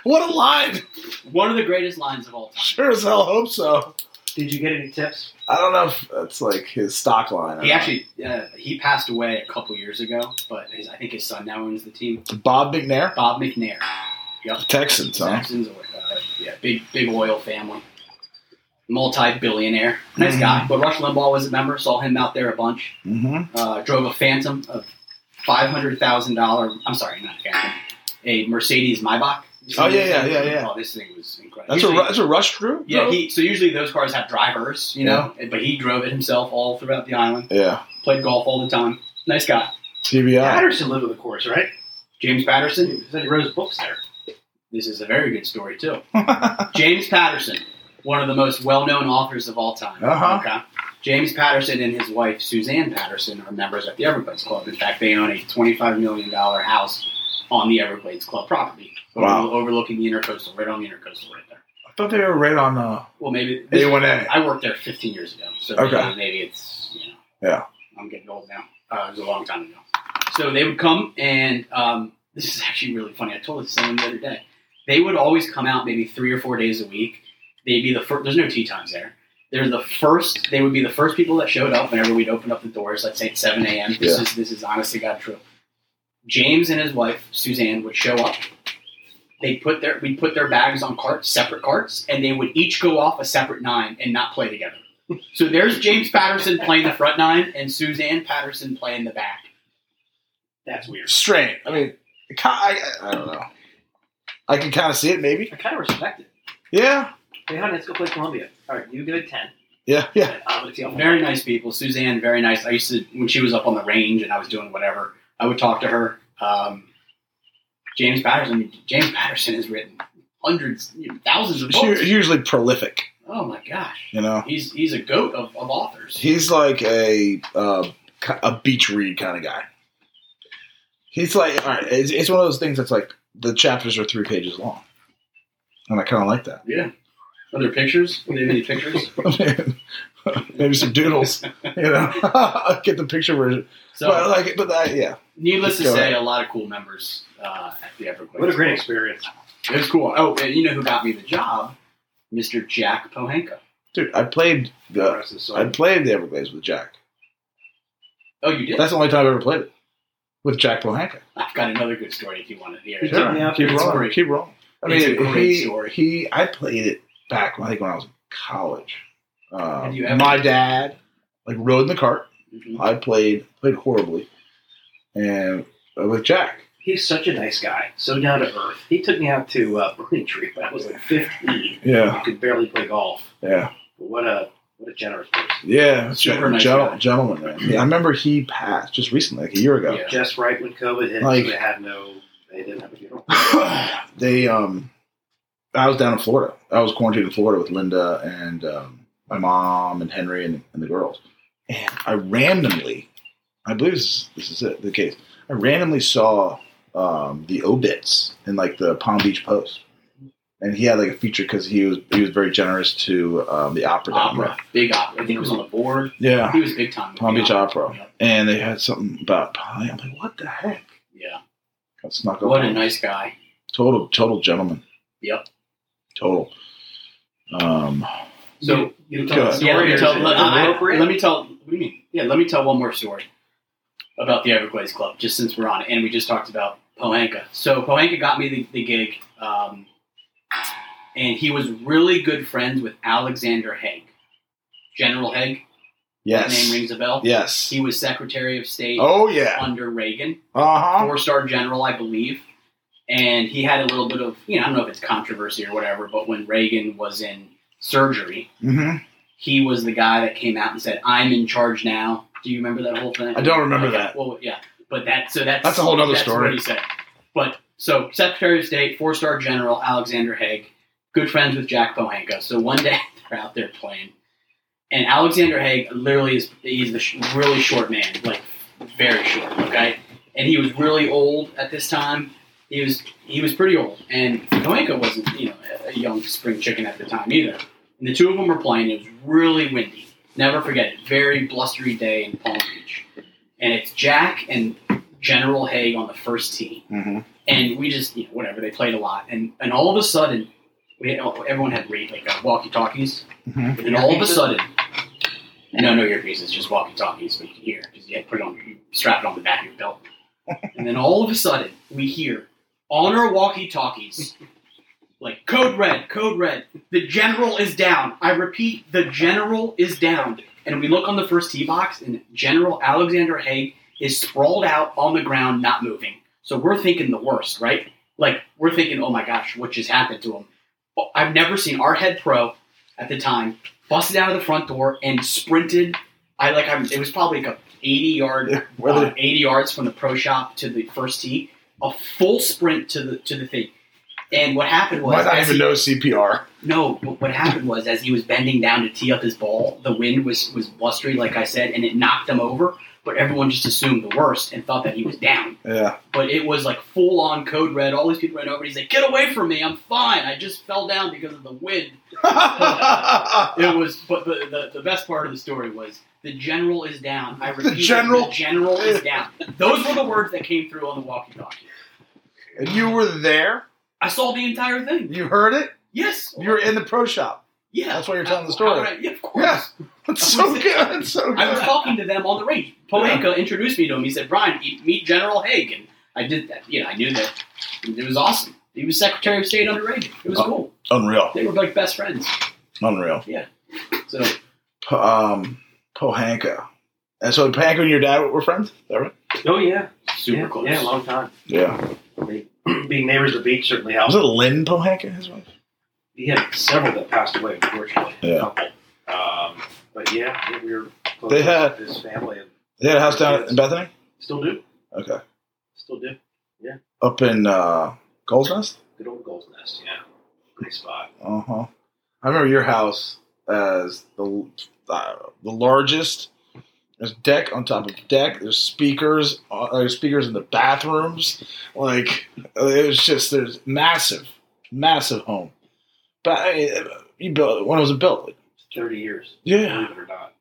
Speaker 2: What a line!
Speaker 4: One of the greatest lines of all time.
Speaker 2: Sure as hell hope so.
Speaker 3: Did you get any tips?
Speaker 2: I don't know if that's like his stock line. or
Speaker 4: He
Speaker 2: not.
Speaker 4: actually uh, he passed away a couple years ago, but his, I think his son now owns the team.
Speaker 2: Bob McNair,
Speaker 4: Bob McNair,
Speaker 2: Texans, huh?
Speaker 4: Saxons, uh, yeah, big big oil family, multi-billionaire, nice guy. But Rush Limbaugh was a member. Saw him out there a bunch.
Speaker 2: Mm-hmm.
Speaker 4: Uh, drove a Phantom of five hundred thousand dollar. I'm sorry, not a Phantom, a Mercedes Maybach.
Speaker 2: Oh, yeah, yeah, yeah, yeah.
Speaker 4: Oh, this thing was incredible.
Speaker 2: That's a
Speaker 4: Usually-
Speaker 2: Ru- that's a Rush crew.
Speaker 4: yeah, he, so usually those cars have drivers, you know, but he drove it himself all throughout the island.
Speaker 2: yeah.
Speaker 4: Played golf all the time. Nice guy.
Speaker 2: TBI.
Speaker 3: Patterson lived with the course, right?
Speaker 4: James Patterson.
Speaker 3: He said he wrote his books there.
Speaker 4: This is a very good story too. James Patterson, one of the most well-known authors of all time.
Speaker 2: Uh-huh.
Speaker 4: Okay. James Patterson and his wife Suzanne Patterson are members at the Everglades Club. In fact, they own a twenty-five million dollar house on the Everglades Club property, over-
Speaker 2: Wow.
Speaker 4: overlooking the intercoastal, right on the intercoastal, right there.
Speaker 2: I thought they were right on uh,
Speaker 4: Well, maybe this-
Speaker 2: A1A.
Speaker 4: I worked there 15 years ago, so
Speaker 2: Okay.
Speaker 4: maybe, maybe it's you know.
Speaker 2: Yeah.
Speaker 4: I'm getting old now. Uh, it was a long time ago. So they would come, and um, this is actually really funny. I told this to someone the other day. They would always come out maybe three or four days a week. They'd be the first. There's no tea times there. They're the first. They would be the first people that showed up whenever we'd open up the doors. Let's say at 7 a.m. This is this is honestly God true. James and his wife Suzanne would show up. They put their we put their bags on carts, separate carts, and they would each go off a separate nine and not play together. So there's James Patterson playing the front nine and Suzanne Patterson playing the back.
Speaker 3: That's weird.
Speaker 2: Strange. I mean, ki- I, I don't know. I can kind of see it, maybe.
Speaker 3: I kind of respect it.
Speaker 2: Yeah.
Speaker 3: Hey, honey, let's go play Columbia. All right, you go to 10.
Speaker 2: Yeah. Yeah.
Speaker 3: I'll let you off.
Speaker 4: Very nice people. Suzanne, very nice. I used to when she was up on the range and I was doing whatever, I would talk to her. Um, James Patterson. James Patterson has written hundreds, you know, thousands of
Speaker 2: Hu-
Speaker 4: books.
Speaker 2: Hugely prolific.
Speaker 4: Oh my gosh,
Speaker 2: You know,
Speaker 4: he's he's a goat of, of authors.
Speaker 2: he's like a uh, ki- a beach read kind of guy. He's like, all right, it's, it's one of those things that's like the chapters are three pages long, and I kind of like that.
Speaker 4: Yeah. Are there pictures? Are there any pictures?
Speaker 2: Maybe some doodles, you know. Get the picture version.
Speaker 4: So,
Speaker 2: but like, but that, yeah,
Speaker 4: needless to
Speaker 2: Go
Speaker 4: say, a lot of cool members uh, at the Everglades.
Speaker 3: What a great experience.
Speaker 4: It was cool. Oh, and you know who got me the job? Mr. Jack Pohanka.
Speaker 2: dude, I played
Speaker 3: The
Speaker 2: the
Speaker 3: rest of the
Speaker 2: I
Speaker 3: song.
Speaker 2: played the Everglades with Jack.
Speaker 4: Oh, you did?
Speaker 2: That's the only time I ever played it with Jack Pohanka.
Speaker 4: I've got another good story if you want to hear
Speaker 3: He
Speaker 4: it.
Speaker 3: took me out
Speaker 2: keep
Speaker 3: there.
Speaker 4: It's
Speaker 2: rolling,
Speaker 4: great.
Speaker 2: keep rolling. I
Speaker 4: It's a
Speaker 2: mean,
Speaker 4: great
Speaker 2: he,
Speaker 4: story.
Speaker 2: he I played it back when I think when I was in college. Uh,
Speaker 4: Have you ever-
Speaker 2: my dad like rode in the cart.
Speaker 4: Mhm.
Speaker 2: I played played horribly, and uh, with Jack.
Speaker 3: He's such a nice guy, so down to earth. He took me out to uh, Burning Tree when I was like 15.
Speaker 2: Yeah,
Speaker 3: I could barely play golf.
Speaker 2: yeah.
Speaker 3: But what a what a generous person.
Speaker 2: Yeah, it's
Speaker 4: Super
Speaker 2: gen-
Speaker 4: nice
Speaker 2: gen-
Speaker 4: guy.
Speaker 2: gentleman. Man. Yeah, I remember he passed just recently, like a year ago.
Speaker 4: Yeah.
Speaker 3: Just right when COVID hit,
Speaker 2: Like-
Speaker 3: they had no, they didn't have a funeral.
Speaker 2: they, um, I was down in Florida. I was quarantined in Florida with Linda and um, my mom and Henry and, and the girls. And I randomly, I believe this, this is it, the case. I randomly saw um, the obits in like the Palm Beach Post, and he had like a feature because he was he was very generous to um, the opera. down
Speaker 4: Opera. Big opera. I think it was on the board.
Speaker 2: there. Yeah.
Speaker 4: He was big time. with
Speaker 2: Palm
Speaker 4: the
Speaker 2: Beach Opera,
Speaker 4: Yep.
Speaker 2: and they had something about pie. I'm like, what the heck?
Speaker 4: Yeah.
Speaker 2: Got snuck up.
Speaker 4: What a
Speaker 2: on.
Speaker 4: nice guy.
Speaker 2: total, total gentleman.
Speaker 4: Yep.
Speaker 2: Total. Um,
Speaker 4: So,
Speaker 3: you,
Speaker 2: tell us
Speaker 4: yeah, let me tell. Let, I-
Speaker 3: appropriate?
Speaker 4: let me tell. What do you mean? Yeah, let me tell one more story about the Everglades Club, just since we're on it, and we just talked about Pohanka. So Pohanka got me the, the gig, um, and he was really good friends with Alexander Haig, General Haig.
Speaker 2: Yes.
Speaker 4: Name rings a bell.
Speaker 2: Yes.
Speaker 4: He was Secretary of State
Speaker 2: Oh yeah.
Speaker 4: under Reagan,
Speaker 2: Uh huh.
Speaker 4: four star general, I believe. And he had a little bit of, you know, I don't know if it's controversy or whatever, but when Reagan was in surgery,
Speaker 2: hmm
Speaker 4: he was the guy that came out and said, "I'm in charge now." Do you remember that whole thing?
Speaker 2: I don't remember
Speaker 4: Okay,
Speaker 2: that.
Speaker 4: Well, yeah, but that so that's
Speaker 2: That's a whole other
Speaker 4: that's
Speaker 2: story.
Speaker 4: What he said, but so Secretary of State, four star general Alexander Haig, good friends with Jack Pohanka. So one day they're out there playing, and Alexander Haig literally is he's the sh- really short man, like very short. Okay, and he was really old at this time. He was he was pretty old, and Pohanka wasn't you know a- a young spring chicken at the time either. And the two of them were playing. It was really windy. Never forget it. Very blustery day in Palm Beach. And it's Jack and General Haig on the first tee.
Speaker 2: hmm
Speaker 4: And we just, you know, whatever, they played a lot. And and all of a sudden, we everyone had rate, like uh, walkie talkies.
Speaker 2: Mhm.
Speaker 4: And all of a sudden, no, no earpieces, just walkie talkies, but you can hear. Because you had to put it on, you strap it on the back of your belt. and then all of a sudden, we hear on our walkie talkies, like, code red, code red, the general is down. I repeat, the general is down. And we look on the first tee box, and General Alexander Haig is sprawled out on the ground, not moving. So we're thinking the worst, right? Like, we're thinking, oh my gosh, what just happened to him? But I've never seen our head pro at the time busted out of the front door and sprinted. I like, I'm, it was probably like a 80 yard
Speaker 2: Whether
Speaker 4: uh, 80 yards from the pro shop to the first tee, a full sprint to the to the thing. And what happened was,
Speaker 2: might not
Speaker 4: as
Speaker 2: even
Speaker 4: he-
Speaker 2: know CPR.
Speaker 4: no, but what happened was as he was bending down to tee up his ball, the wind was was blustery, like I said, and it knocked him over. But everyone just assumed the worst and thought that he was down.
Speaker 2: Yeah.
Speaker 4: But it was like full on code red. All these people ran over. and He's like, "Get away from me! I'm fine. I just fell down because of the wind."
Speaker 2: Uh,
Speaker 4: It was, but the, the, the best part of the story was the general is down. I repeat,
Speaker 2: general-
Speaker 4: the general is down. Those were the words that came through on the walkie-talkie.
Speaker 2: and you were there.
Speaker 4: I saw the entire thing.
Speaker 2: You heard it.
Speaker 4: Yes,
Speaker 2: You were in the pro shop.
Speaker 4: yeah.
Speaker 2: That's why you're telling the
Speaker 4: How
Speaker 2: story.
Speaker 4: would I- yeah, of course.
Speaker 2: Yeah. That's so good. That's so good.
Speaker 4: I was talking to them on the range. Polenka introduced me to him. He said, "Brian, e- meet General Haig," and I did that. You know, I knew that. It was awesome. He was Secretary of State under Reagan. It was
Speaker 2: Oh.
Speaker 4: cool.
Speaker 2: Unreal.
Speaker 4: They were like best friends.
Speaker 2: Unreal.
Speaker 4: So
Speaker 2: Po- um, Pohanka. And so Pohanka and your dad were friends? Is that right?
Speaker 3: Oh yeah,
Speaker 4: super
Speaker 3: yeah,
Speaker 4: close.
Speaker 3: Yeah, a long time.
Speaker 2: Yeah.
Speaker 3: Being neighbors at the beach certainly helps.
Speaker 2: Was it Lynn Pohanka, his wife?
Speaker 3: He had several that passed away, unfortunately.
Speaker 2: Yeah.
Speaker 3: A couple. Um, but yeah, yeah, we were close
Speaker 2: They had-
Speaker 3: with his family and
Speaker 2: They had a house down in Bethany?
Speaker 3: still do,
Speaker 2: Okay.
Speaker 3: still do.
Speaker 2: Up in uh, Gold's Nest?
Speaker 3: Good old Gold's Nest, yeah, great spot.
Speaker 2: Uh huh. I remember your house as the uh, the largest. There's deck on top of deck. There's speakers. Uh, there's speakers in the bathrooms. Like it was just there's massive, massive home. But I, you built it when it was built.
Speaker 3: Thirty years,
Speaker 2: Yeah,
Speaker 3: believe it or not,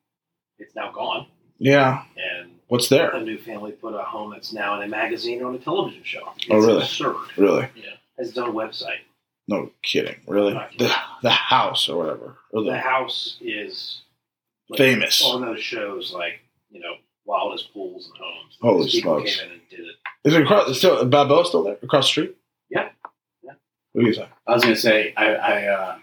Speaker 3: it's now gone,
Speaker 2: yeah.
Speaker 3: and
Speaker 2: What's
Speaker 3: a
Speaker 2: there?
Speaker 3: new family put a home that's now in a magazine or on a television show. It's
Speaker 2: Oh, really?
Speaker 3: Absurd.
Speaker 2: Really?
Speaker 3: Has its own website.
Speaker 2: No kidding. Really? The the house or whatever. Or
Speaker 3: The
Speaker 2: the,
Speaker 3: house is like,
Speaker 2: Famous.
Speaker 3: On those shows, like you know, wildest pools and homes.
Speaker 2: Holy
Speaker 3: These people
Speaker 2: smokes.
Speaker 3: Came in and did it.
Speaker 2: is it across? Still Balboa still there? Across the street?
Speaker 3: Yeah. Yeah.
Speaker 2: What do you think?
Speaker 4: I was gonna say I, I uh,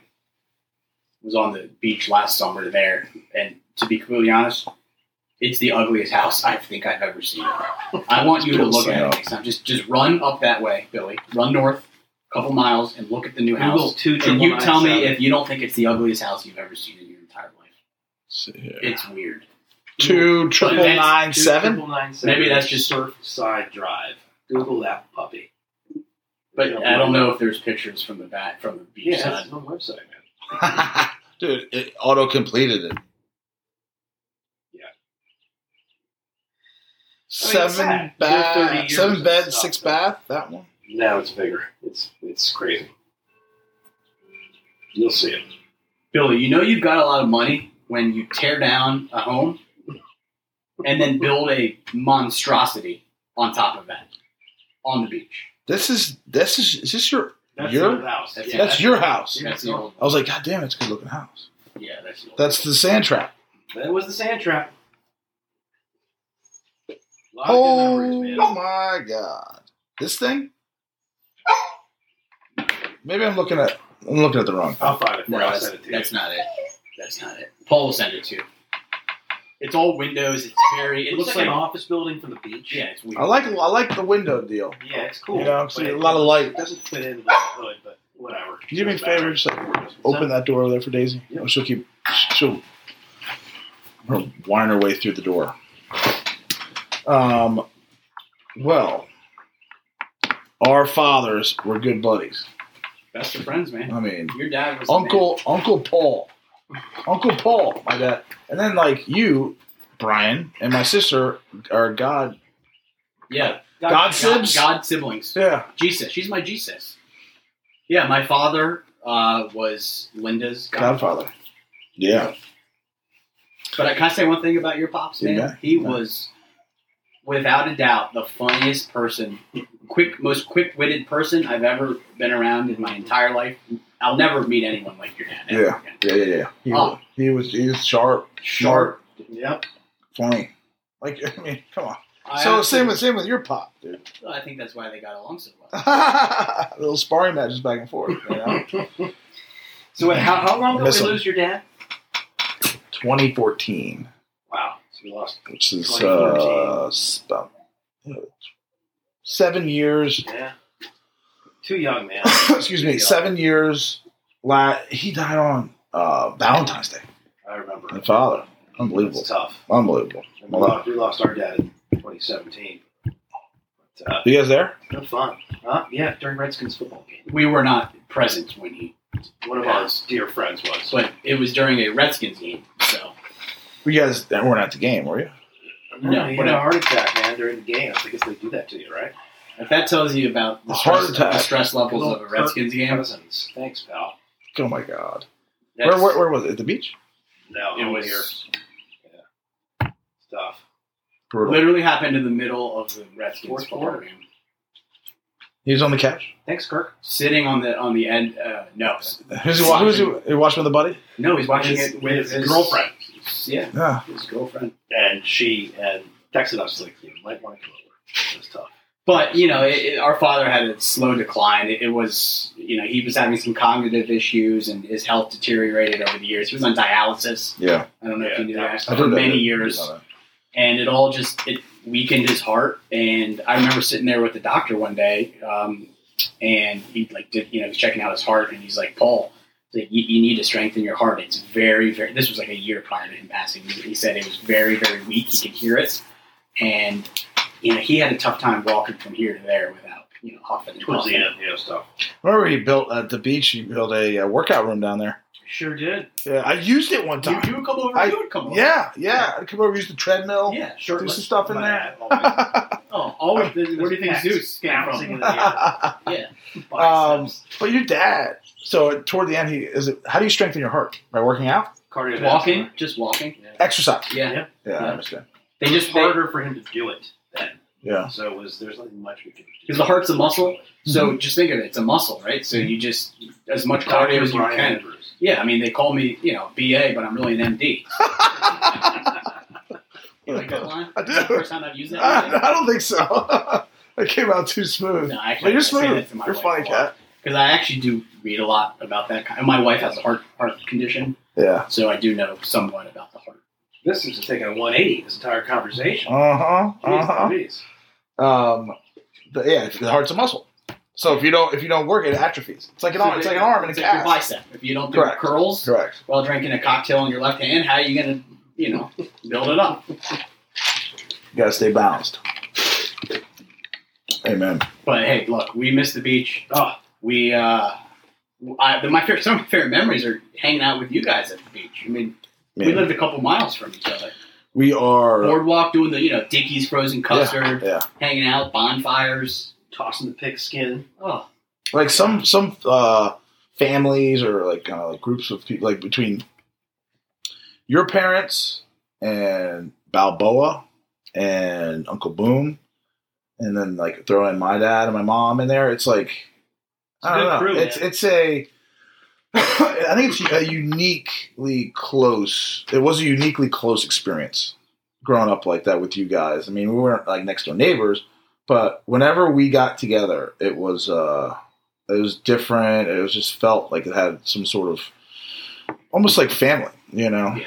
Speaker 4: was on the beach last summer there, and to be completely honest, it's the ugliest house I think I've ever seen. I want you to look at it next time. Just just run up that way, Billy. Run north, a couple miles, and look at the new
Speaker 3: Google
Speaker 4: house.
Speaker 3: two
Speaker 4: And you
Speaker 3: triple
Speaker 4: tell
Speaker 3: nine
Speaker 4: me
Speaker 3: seven.
Speaker 4: if you don't think it's the ugliest house you've ever seen in your entire life.
Speaker 2: Let's see here.
Speaker 4: It's weird.
Speaker 2: Two triple
Speaker 4: that's-
Speaker 2: nine seven.
Speaker 3: Triple nine seven.
Speaker 4: Maybe that's just-
Speaker 3: Surfside Drive. Google that puppy.
Speaker 4: But I don't know if there's pictures from the back from the beach
Speaker 3: Yeah,
Speaker 4: side.
Speaker 3: that's on website, man.
Speaker 2: Dude, it auto completed it.
Speaker 3: Yeah. it's
Speaker 2: Seven
Speaker 3: sad. You're 30
Speaker 2: bath,
Speaker 3: years
Speaker 2: seven
Speaker 3: of
Speaker 2: bed,
Speaker 3: stuff.
Speaker 2: six bath. That one.
Speaker 3: No, it's bigger. It's it's crazy. You'll see it.
Speaker 4: Billy, you know you've got a lot of money when you tear down a home and then build a monstrosity on top of that on the beach.
Speaker 2: This is this is is this your
Speaker 3: That's
Speaker 2: Your-
Speaker 3: the old house.
Speaker 4: that's-
Speaker 3: yeah,
Speaker 2: that's your house?
Speaker 3: Yeah.
Speaker 4: That's the old.
Speaker 2: I was like, God damn, it's a good looking house.
Speaker 4: Yeah, that's the old.
Speaker 2: That's the sand trap.
Speaker 3: that was the sand trap. A lot
Speaker 2: Oh,
Speaker 3: of good memories, man.
Speaker 2: my god, this thing. Maybe I'm looking at I'm looking at
Speaker 3: Oh.
Speaker 2: the wrong.
Speaker 3: I'll find it. for
Speaker 4: no,
Speaker 3: you. I'll
Speaker 4: that's,
Speaker 3: send it to you.
Speaker 4: that's not it. That's not it. Paul will send it to you. It's all windows. It's very. It,
Speaker 3: It
Speaker 4: looks, like,
Speaker 3: an office building from the beach.
Speaker 4: yeah, it's weird.
Speaker 2: I like I like the window deal.
Speaker 3: Yeah, it's cool.
Speaker 2: You know,
Speaker 3: but
Speaker 2: see a
Speaker 3: it-
Speaker 2: lot of light.
Speaker 3: It doesn't fit in with the hood, but whatever.
Speaker 2: Can you do me a favor? Just like open that door over there for Daisy.
Speaker 3: Yeah.
Speaker 2: Or She'll keep. She'll she'll whine her way through the door. Um. Well, our fathers were good buddies.
Speaker 4: Best of friends, man.
Speaker 2: I mean,
Speaker 4: Your dad was the
Speaker 2: Uncle Uncle Paul, Uncle Paul, my dad, and then like you, Brian, and my sister are God.
Speaker 4: man. Yeah,
Speaker 2: God sibs?
Speaker 4: God, God siblings.
Speaker 2: Yeah.
Speaker 4: Jesus, she's my Jesus. Yeah, my father uh, was Linda's godfather.
Speaker 2: Godfather. Yeah.
Speaker 4: But I can I say one thing about your pops, man?
Speaker 2: Yeah.
Speaker 4: He was, without a doubt, the funniest person, quick, most quick-witted person I've ever been around in my entire life. I'll never meet anyone like your dad. ever
Speaker 2: Yeah.
Speaker 4: again.
Speaker 2: Yeah. Yeah. yeah. He, was, he was he was sharp,
Speaker 4: Sharp. Yep.
Speaker 2: funny. Like I mean, come on.
Speaker 4: I
Speaker 2: so
Speaker 4: actually-
Speaker 2: same with same with your pop, dude.
Speaker 4: I think that's why they got along so well.
Speaker 2: little sparring matches back and forth. You know?
Speaker 3: So wait, how, how long ago did
Speaker 2: Miss
Speaker 3: we
Speaker 2: him.
Speaker 3: lose your dad?
Speaker 2: 2014,
Speaker 3: Wow, so we lost.
Speaker 2: which is uh,
Speaker 3: 2014.
Speaker 2: s- about you know, seven years.
Speaker 3: Yeah, too young, man.
Speaker 2: excuse me,
Speaker 3: Yeah.
Speaker 2: seven years. La- he died on uh, Valentine's Day.
Speaker 3: I remember.
Speaker 2: My father, unbelievable,
Speaker 3: It's tough.
Speaker 2: unbelievable.
Speaker 3: We lost, we lost our dad in 2017. But, uh,
Speaker 2: You guys there?
Speaker 3: no fun. Huh? Yeah, during Redskins football game.
Speaker 4: We were not present when he,
Speaker 3: One of our dear friends was.
Speaker 4: but it was during a Redskins game. So
Speaker 2: You guys weren't at the game, were you?
Speaker 3: No, he had
Speaker 4: whatever.
Speaker 3: a heart attack, man, during the game. I guess they do that to you, right?
Speaker 4: if that tells you about the
Speaker 2: A heart
Speaker 4: stress,
Speaker 2: attack.
Speaker 4: the stress levels of a
Speaker 3: Kirk
Speaker 4: Redskins game,
Speaker 3: Cousins. Thanks, pal.
Speaker 2: Oh my God! Where,
Speaker 4: that's-
Speaker 2: where where was it? At the beach?
Speaker 3: No,
Speaker 4: it
Speaker 3: I'm
Speaker 4: was
Speaker 3: here. Stuff.
Speaker 2: Brutal.
Speaker 4: literally happened in the middle of the Redskins
Speaker 3: Fourth
Speaker 4: football
Speaker 3: quarter.
Speaker 4: game.
Speaker 2: He was on the couch.
Speaker 3: Thanks, Kirk.
Speaker 4: Sitting on the on the end, uh, no,
Speaker 2: Who's he? wa- Who's he? He watched with a buddy.
Speaker 4: no, he's watching
Speaker 3: His-
Speaker 4: it with
Speaker 3: his
Speaker 4: his,
Speaker 3: girlfriend.
Speaker 4: Yeah,
Speaker 2: Yeah.
Speaker 4: his girlfriend.
Speaker 3: And she and texted us like, you might want to come over. It was tough.
Speaker 4: But you know, it, it- our father had a slow decline. It, it was you know he was having some cognitive issues and his health deteriorated over the years. He was on dialysis.
Speaker 2: Yeah.
Speaker 4: I don't know if
Speaker 3: Yeah,
Speaker 4: you knew
Speaker 3: yeah.
Speaker 4: that for many years. and it all just it weakened his heart. And I remember sitting there with the doctor one day, um, and he like did you know he was checking out his heart, and he's like, Paul, he's like, you, you need to strengthen your heart. It's very very. This was like a year prior to him passing. He, he said it was very very weak. He could hear it, and you know he had a tough time walking from here to there without you know huffing and
Speaker 3: Towards the
Speaker 4: puffing.
Speaker 3: end, you know, stuff.
Speaker 2: Remember, he built at the beach. He built a uh, workout room down there.
Speaker 3: Sure did.
Speaker 2: Yeah, I used it one
Speaker 4: You,
Speaker 2: time.
Speaker 4: you would come over.
Speaker 2: I-
Speaker 4: you would come over.
Speaker 2: Yeah, yeah. I'd come over, use the treadmill,
Speaker 4: yeah,
Speaker 2: do some
Speaker 4: shirtless.
Speaker 2: stuff in there.
Speaker 4: Oh, always. Where do you think Zeus came
Speaker 3: Bouncing
Speaker 4: from?
Speaker 3: in the air.
Speaker 2: Um,
Speaker 3: Biceps.
Speaker 2: But your dad. So toward the end, he is. It, how do you strengthen your heart by working out?
Speaker 3: Cardiovascular.
Speaker 4: Walking, just walking.
Speaker 2: Exercise.
Speaker 4: Yeah.
Speaker 3: Yeah.
Speaker 2: Yeah, I
Speaker 4: Yeah.
Speaker 2: understand.
Speaker 4: They
Speaker 3: It's
Speaker 4: just harder
Speaker 3: harder for him to do it then.
Speaker 2: Yeah.
Speaker 3: So it was there's nothing much we could do.
Speaker 4: because the heart's a muscle. So just think of it; it's a muscle, right? So you just as much cardio
Speaker 3: Dr.
Speaker 4: as you
Speaker 3: Brian
Speaker 4: can.
Speaker 3: Andrews.
Speaker 4: Yeah, I mean they call me, you know, BA, but I'm really an MD. You like that line?
Speaker 2: I do.
Speaker 4: Is that the first time I've used that.
Speaker 2: I,
Speaker 4: line?
Speaker 2: I don't think so. that came out too smooth.
Speaker 4: No,
Speaker 2: But
Speaker 4: actually,
Speaker 2: you're
Speaker 4: I say
Speaker 2: smooth.
Speaker 4: that to my
Speaker 2: You're
Speaker 4: wife
Speaker 2: funny,
Speaker 4: a lot.
Speaker 2: cat.
Speaker 4: Because I actually do read a lot about that. Kind and my wife has a heart heart condition,
Speaker 2: Yeah.
Speaker 4: so I do know somewhat about the heart.
Speaker 3: This is taking a 180. This entire conversation.
Speaker 2: Uh huh.
Speaker 3: Jeez
Speaker 2: Uh
Speaker 3: Louise.
Speaker 2: huh. Um. But yeah, the heart's a muscle. So if you don't if you don't work it, it atrophies. It's like an arm. It's like an arm and
Speaker 4: It's
Speaker 2: a
Speaker 4: like your
Speaker 2: calf.
Speaker 4: bicep. If you don't do
Speaker 2: Correct.
Speaker 4: curls
Speaker 2: Correct.
Speaker 4: while drinking a cocktail in your left hand, how are you gonna, you know, build it up?
Speaker 2: You gotta stay balanced. Amen.
Speaker 4: But hey, look, we missed the beach.
Speaker 3: Oh,
Speaker 4: we uh, I, the, my favorite, some of my favorite memories are hanging out with you guys at the beach. I mean, we
Speaker 2: Man.
Speaker 4: lived a couple miles from each other.
Speaker 2: We are.
Speaker 4: Boardwalk, doing the you know Dickie's frozen custard,
Speaker 2: Yeah.
Speaker 4: hanging out, bonfires.
Speaker 3: tossing the pigskin.
Speaker 4: Oh,
Speaker 2: like some some uh, families or like kind of like groups of people like between your parents and Balboa and Uncle Boom, and then like throw in my dad and my mom in there. It's like I
Speaker 3: It's a
Speaker 2: don't know.
Speaker 3: good crew,
Speaker 2: it's
Speaker 3: man.
Speaker 2: it's a I think it's a uniquely close. It was a uniquely close experience growing up like that with you guys. I mean, we weren't like next door neighbors, but whenever we got together, it was uh, it was different. It was just felt like it had some sort of almost like family, you know.
Speaker 4: Yeah.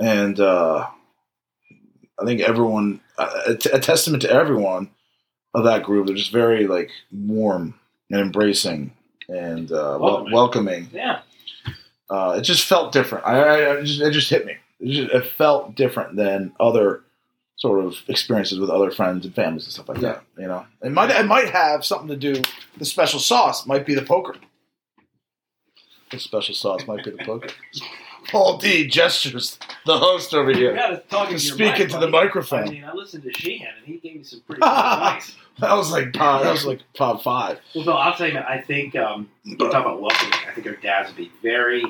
Speaker 2: And uh, I think everyone uh, a, t- a testament to everyone of that group. They're just very like warm and embracing and uh, wel-
Speaker 3: Welcoming.
Speaker 2: welcoming.
Speaker 3: Yeah.
Speaker 2: Uh, it just felt different. I, I, I just, it just hit me. It, just, it felt different than other sort of experiences with other friends and families and stuff like that. You know, it might it might have something to do. The special sauce might be the poker. The special sauce might be the poker. Paul D gestures the host over
Speaker 3: You
Speaker 2: here.
Speaker 3: gotta talk into your
Speaker 2: Speak
Speaker 3: mic,
Speaker 2: into the
Speaker 3: buddy.
Speaker 2: microphone.
Speaker 3: I mean, I listened to Sheehan and he gave me some pretty good advice.
Speaker 2: That was like pop, that was like pop five.
Speaker 3: Well, Bill, I'll tell you, I think um, you talk about welcoming. I think our dads would be very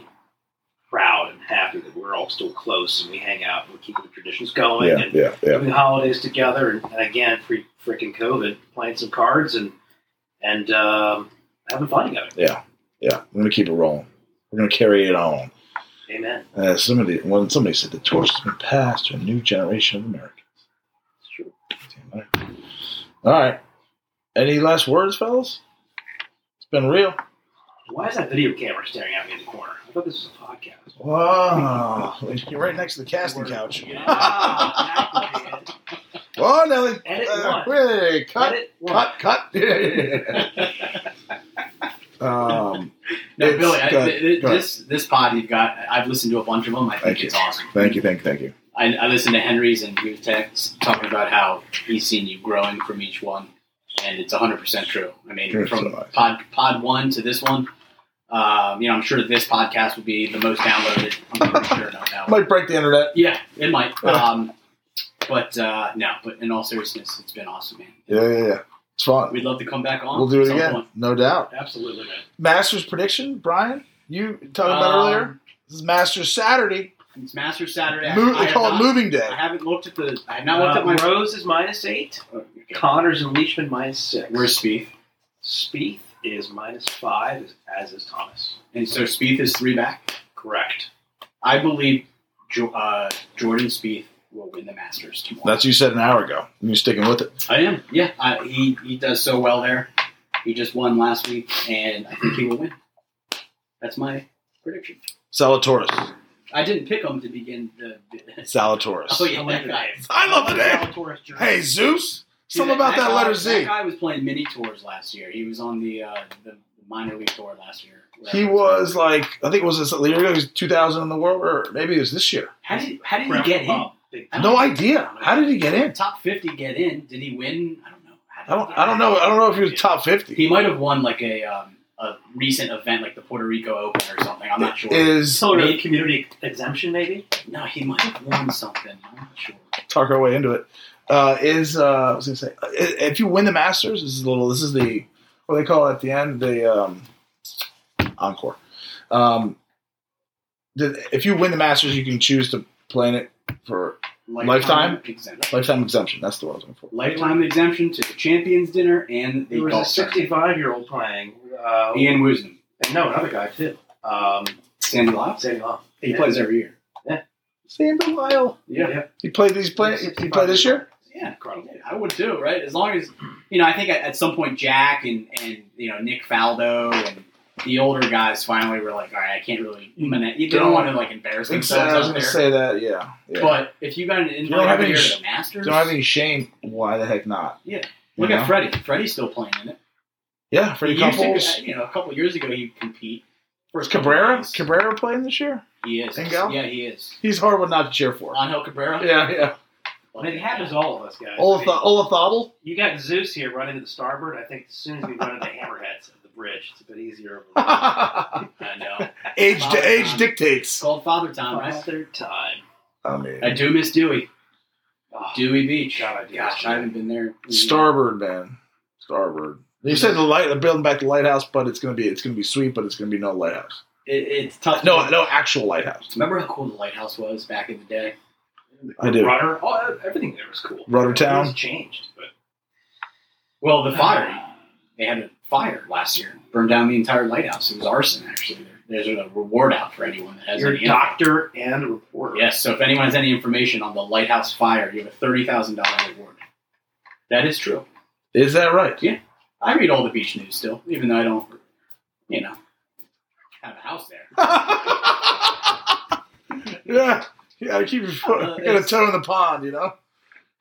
Speaker 3: proud and happy that we're all still close and we hang out and we keep the traditions going and
Speaker 2: yeah,
Speaker 3: doing holidays together. And, and again, pre freaking COVID, playing some cards and and um, having fun together.
Speaker 2: yeah. We're gonna keep it rolling. We're gonna carry it on.
Speaker 3: Amen.
Speaker 2: Uh, somebody, when somebody said the torch has been passed to a new generation of Americans.
Speaker 3: It's true.
Speaker 2: Damn right. All right. Any last words, fellas? It's been real.
Speaker 3: Why is that video camera staring at me in the corner? I thought this was a podcast.
Speaker 2: Wow. You're right next to the casting
Speaker 3: Word.
Speaker 2: couch.
Speaker 3: Yeah, exactly, dude.
Speaker 2: Oh, Nelly.
Speaker 3: Edit
Speaker 2: Uh,
Speaker 3: one.
Speaker 2: really? Cut,
Speaker 3: Edit one.
Speaker 2: cut, cut. um,
Speaker 4: No,
Speaker 2: it's-
Speaker 4: Billy, I,
Speaker 2: go
Speaker 4: th-
Speaker 2: ahead,
Speaker 4: th-
Speaker 2: go ahead.
Speaker 4: this this pod you've got, I've listened to a bunch of them. I think
Speaker 2: Thank you.
Speaker 4: it's awesome.
Speaker 2: Thank you, thank you, thank you.
Speaker 4: I, I listened to Henry's and he was text, talking about how he's seen you growing from each one, and it's 100% true. I mean,
Speaker 2: Sure,
Speaker 4: from
Speaker 2: so I-
Speaker 4: pod, pod one to this one, um, you know, I'm sure this podcast will be the most downloaded. I'm pretty sure about that one.
Speaker 2: Might break the internet.
Speaker 4: Yeah, it might. Um, but uh, no, but in all seriousness, it's been awesome, man.
Speaker 2: Yeah, yeah, yeah. It's fun.
Speaker 4: We'd love to come back on.
Speaker 2: We'll do
Speaker 4: at
Speaker 2: it
Speaker 4: some
Speaker 2: again,
Speaker 4: point.
Speaker 2: no doubt.
Speaker 3: Absolutely, man.
Speaker 2: Masters prediction, Brian. You talking about
Speaker 4: Um,
Speaker 2: earlier? This is Masters Saturday.
Speaker 4: It's Master Saturday.
Speaker 2: Mo- Uh,
Speaker 4: I,
Speaker 2: they
Speaker 4: have
Speaker 2: call it
Speaker 4: not,
Speaker 2: Moving Day.
Speaker 4: I haven't looked at the. I have
Speaker 3: Now
Speaker 4: not looked at my.
Speaker 3: Uh, Rose is minus eight. Connors and Leishman minus six.
Speaker 4: Where's Spieth?
Speaker 3: Spieth is minus five, as is Thomas.
Speaker 4: And so Spieth is three back.
Speaker 3: Correct.
Speaker 4: I believe jo- uh, Jordan Spieth will win the Masters tomorrow.
Speaker 2: That's what you said an hour ago. You're sticking with it.
Speaker 4: I am. Yeah, I, he he does so well there. He just won last week, and I think he will win. That's my prediction.
Speaker 2: Salatoris.
Speaker 4: I didn't pick him to begin the.
Speaker 2: Salatoris.
Speaker 4: Oh yeah,
Speaker 3: I like
Speaker 4: that guy.
Speaker 2: I love the name.
Speaker 3: Zalatoris jersey.
Speaker 2: Hey, Zeus. Something
Speaker 4: See,
Speaker 2: about that
Speaker 4: guy-
Speaker 2: letter Z.
Speaker 4: That guy was playing mini tours last year. He was on the uh, the minor league tour last year.
Speaker 2: He was like, I think it was this a year ago. He was 2000 in the world, or maybe it was this year.
Speaker 4: How did how did he
Speaker 3: Brown
Speaker 4: get in?
Speaker 3: Bob. Big-
Speaker 4: I don't
Speaker 2: No idea. How did he get in?
Speaker 4: Top fifty get in? Did he win? I don't know. How did
Speaker 2: I
Speaker 4: he
Speaker 2: don't.
Speaker 4: get
Speaker 2: I don't
Speaker 4: in?
Speaker 2: know. I don't know if he was top 50.
Speaker 4: He might have won like a um, a recent event like the Puerto Rico Open or something. I'm not sure.
Speaker 2: Is
Speaker 3: Sort of
Speaker 4: Maybe-
Speaker 3: community exemption, maybe.
Speaker 4: no, he might have won something. I'm not sure.
Speaker 2: talk our way into it. Uh, is uh, I was gonna say, uh, if you win the Masters, this is a little. This is the what do they call it at the end the um, encore. Um, the, if you win the Masters, you can choose to play in it for Lifetime?
Speaker 4: exemption.
Speaker 2: lifetime exemption. That's the word I was looking for.
Speaker 4: Lifetime exemption to the Champions Dinner and the
Speaker 3: There was a
Speaker 4: golf tournament.
Speaker 3: 65 year old playing. Uh,
Speaker 4: Ian Woosnam,
Speaker 3: and no, another guy too. Um,
Speaker 4: Sandy Lofts.
Speaker 3: Sandy Lofton.
Speaker 4: He plays every year.
Speaker 2: Sander Lyle.
Speaker 3: Yeah, yeah.
Speaker 2: He played. He's played. He played this year.
Speaker 4: Yeah,
Speaker 3: Incredible.
Speaker 4: I would too, right? As long as you know, I think at, at some point Jack and and you know Nick Faldo and the older guys finally were like, all right, I can't really. You don't want to like embarrass themselves
Speaker 2: Exactly. I was
Speaker 4: out
Speaker 2: gonna
Speaker 4: there.
Speaker 2: say that. Yeah. yeah.
Speaker 4: But if you got an
Speaker 2: You don't
Speaker 4: invite
Speaker 2: have
Speaker 4: every
Speaker 2: any
Speaker 4: year
Speaker 2: sh-
Speaker 4: to the Masters,
Speaker 2: don't have any shame. Why the heck not?
Speaker 4: Yeah.
Speaker 2: You
Speaker 4: look
Speaker 2: know?
Speaker 4: at Freddie. Freddie's still playing in it.
Speaker 2: yeah for
Speaker 4: He
Speaker 2: the
Speaker 4: used to,
Speaker 2: couples.
Speaker 4: you know, a couple years ago he compete. First couple
Speaker 2: Cabrera.
Speaker 4: years.
Speaker 2: Cabrera playing this year.
Speaker 4: He is.
Speaker 2: Engel?
Speaker 4: Yeah, he is.
Speaker 2: He's hard one not to cheer for.
Speaker 4: Angel Cabrera.
Speaker 2: Yeah. Yeah.
Speaker 3: I mean, it happens to all of us guys. I
Speaker 2: Olath-
Speaker 3: mean,
Speaker 2: Olathodl.
Speaker 3: you got Zeus here running to the starboard. I think as soon as we run into hammerheads at the bridge, it's a bit easier. Over
Speaker 4: I know.
Speaker 2: age
Speaker 4: Father
Speaker 2: to age
Speaker 4: time. It's
Speaker 2: dictates.
Speaker 4: called Father Time,
Speaker 3: there.
Speaker 4: right?
Speaker 3: Father time.
Speaker 2: I mean,
Speaker 4: I do miss Dewey.
Speaker 3: Oh,
Speaker 4: Dewey Beach.
Speaker 3: God, I do
Speaker 4: Gosh,
Speaker 3: miss
Speaker 4: I haven't been there. in-
Speaker 2: starboard, man, starboard. They said the light, they're building back the lighthouse, but it's gonna be it's gonna be sweet, but it's gonna be no lighthouse.
Speaker 4: It, it's tough.
Speaker 2: No, no actual lighthouse.
Speaker 4: Remember how cool the lighthouse was back in the day?
Speaker 2: I do.
Speaker 3: Rudder. Oh, everything there was cool.
Speaker 2: Rudder Town.
Speaker 3: It's changed, but
Speaker 4: Well, the fire.
Speaker 3: Uh-huh.
Speaker 4: They had a fire last year. Burned down the entire lighthouse. It was arson, actually. There's a reward out for anyone that has
Speaker 3: You're
Speaker 4: any
Speaker 3: a
Speaker 4: info.
Speaker 3: doctor and a reporter.
Speaker 4: Yes, so if anyone has any information on the lighthouse fire, you have a thirty thousand dollar reward. That is true.
Speaker 2: Is that right?
Speaker 4: I read all the beach news still, even though I don't, you know, have a house there.
Speaker 2: yeah, yeah. Keep your foot,
Speaker 4: Uh,
Speaker 2: get a
Speaker 4: it's-
Speaker 2: toe in the pond, you know.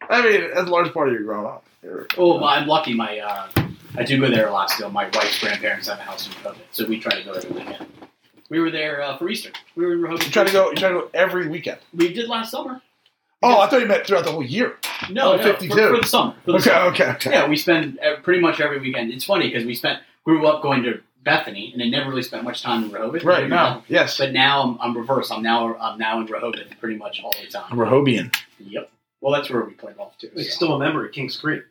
Speaker 2: I mean, that's a large part of your growing up. You're-
Speaker 4: Oh, well, I'm lucky. My uh, I do go there a lot still. My wife's grandparents have a house in Rehoboth, so we try to go every weekend. We were there uh, for Easter. We were in Rehoboth.
Speaker 2: You try to go. You try to go every weekend.
Speaker 4: We did last summer.
Speaker 2: Oh, I thought you meant throughout the whole year.
Speaker 4: No,
Speaker 2: Oh,
Speaker 4: no,
Speaker 2: 52.
Speaker 4: For, for the summer. For the
Speaker 2: Okay,
Speaker 4: summer.
Speaker 2: okay, okay.
Speaker 4: Yeah, we spend uh, pretty much every weekend. It's funny because we spent grew up going to Bethany and I never really spent much time in Rehoboth.
Speaker 2: Right now, yes.
Speaker 4: But now I'm, I'm reversed. I'm now I'm now in Rehoboth pretty much all the time.
Speaker 2: Rehobian.
Speaker 4: Yep. Well, that's where we play golf too.
Speaker 3: It's
Speaker 4: so.
Speaker 3: still a member of Kings Creek.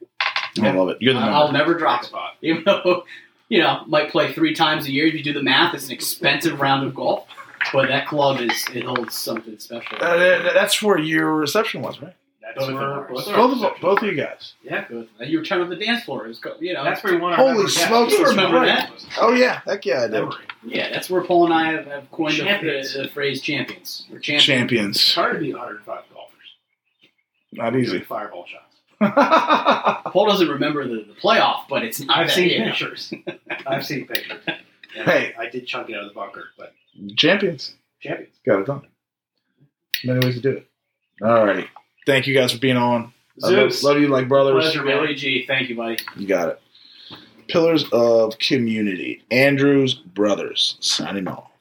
Speaker 2: I love it. You're the number.
Speaker 4: I'll- I'll never drop it.
Speaker 3: spot.
Speaker 4: even though you know might play three times a year. If you do the math, it's an expensive round of golf, but that club is it holds something special.
Speaker 2: Uh, th- th- that's where your reception was, right?
Speaker 3: That's
Speaker 4: Both of
Speaker 3: where
Speaker 4: ours.
Speaker 3: both of
Speaker 2: Both of
Speaker 3: ours.
Speaker 2: both of you guys.
Speaker 4: you were turned on the dance floor. It was co- you know
Speaker 3: That's where we won our
Speaker 2: Holy
Speaker 3: member, yeah.
Speaker 2: smokes,
Speaker 4: you remember that?
Speaker 2: Oh yeah, heck yeah, I do.
Speaker 3: Memory.
Speaker 4: yeah that's where Paul and I have, have coined the,
Speaker 3: Champions.
Speaker 4: the, the phrase champions. We're champions.
Speaker 3: It's
Speaker 2: Champions,
Speaker 3: hard to be 105 golfers.
Speaker 2: not
Speaker 3: Doing
Speaker 2: easy.
Speaker 3: fireball shots.
Speaker 2: hey,
Speaker 4: Paul doesn't remember the, the playoff, but it's not
Speaker 3: I've
Speaker 4: that
Speaker 3: seen
Speaker 4: year.
Speaker 3: pictures. I've seen pictures. And
Speaker 2: Hey.
Speaker 3: I did chunk it out of the bunker, but
Speaker 2: champions,
Speaker 3: champions.
Speaker 2: got it done. Many ways to do it. Alrighty, thank you guys for being on. I love,
Speaker 3: Zeus.
Speaker 2: love you like brothers.
Speaker 4: Pleasure, Billy G. Thank you, buddy.
Speaker 2: You got it. Pillars of community. Andrews Brothers signing off.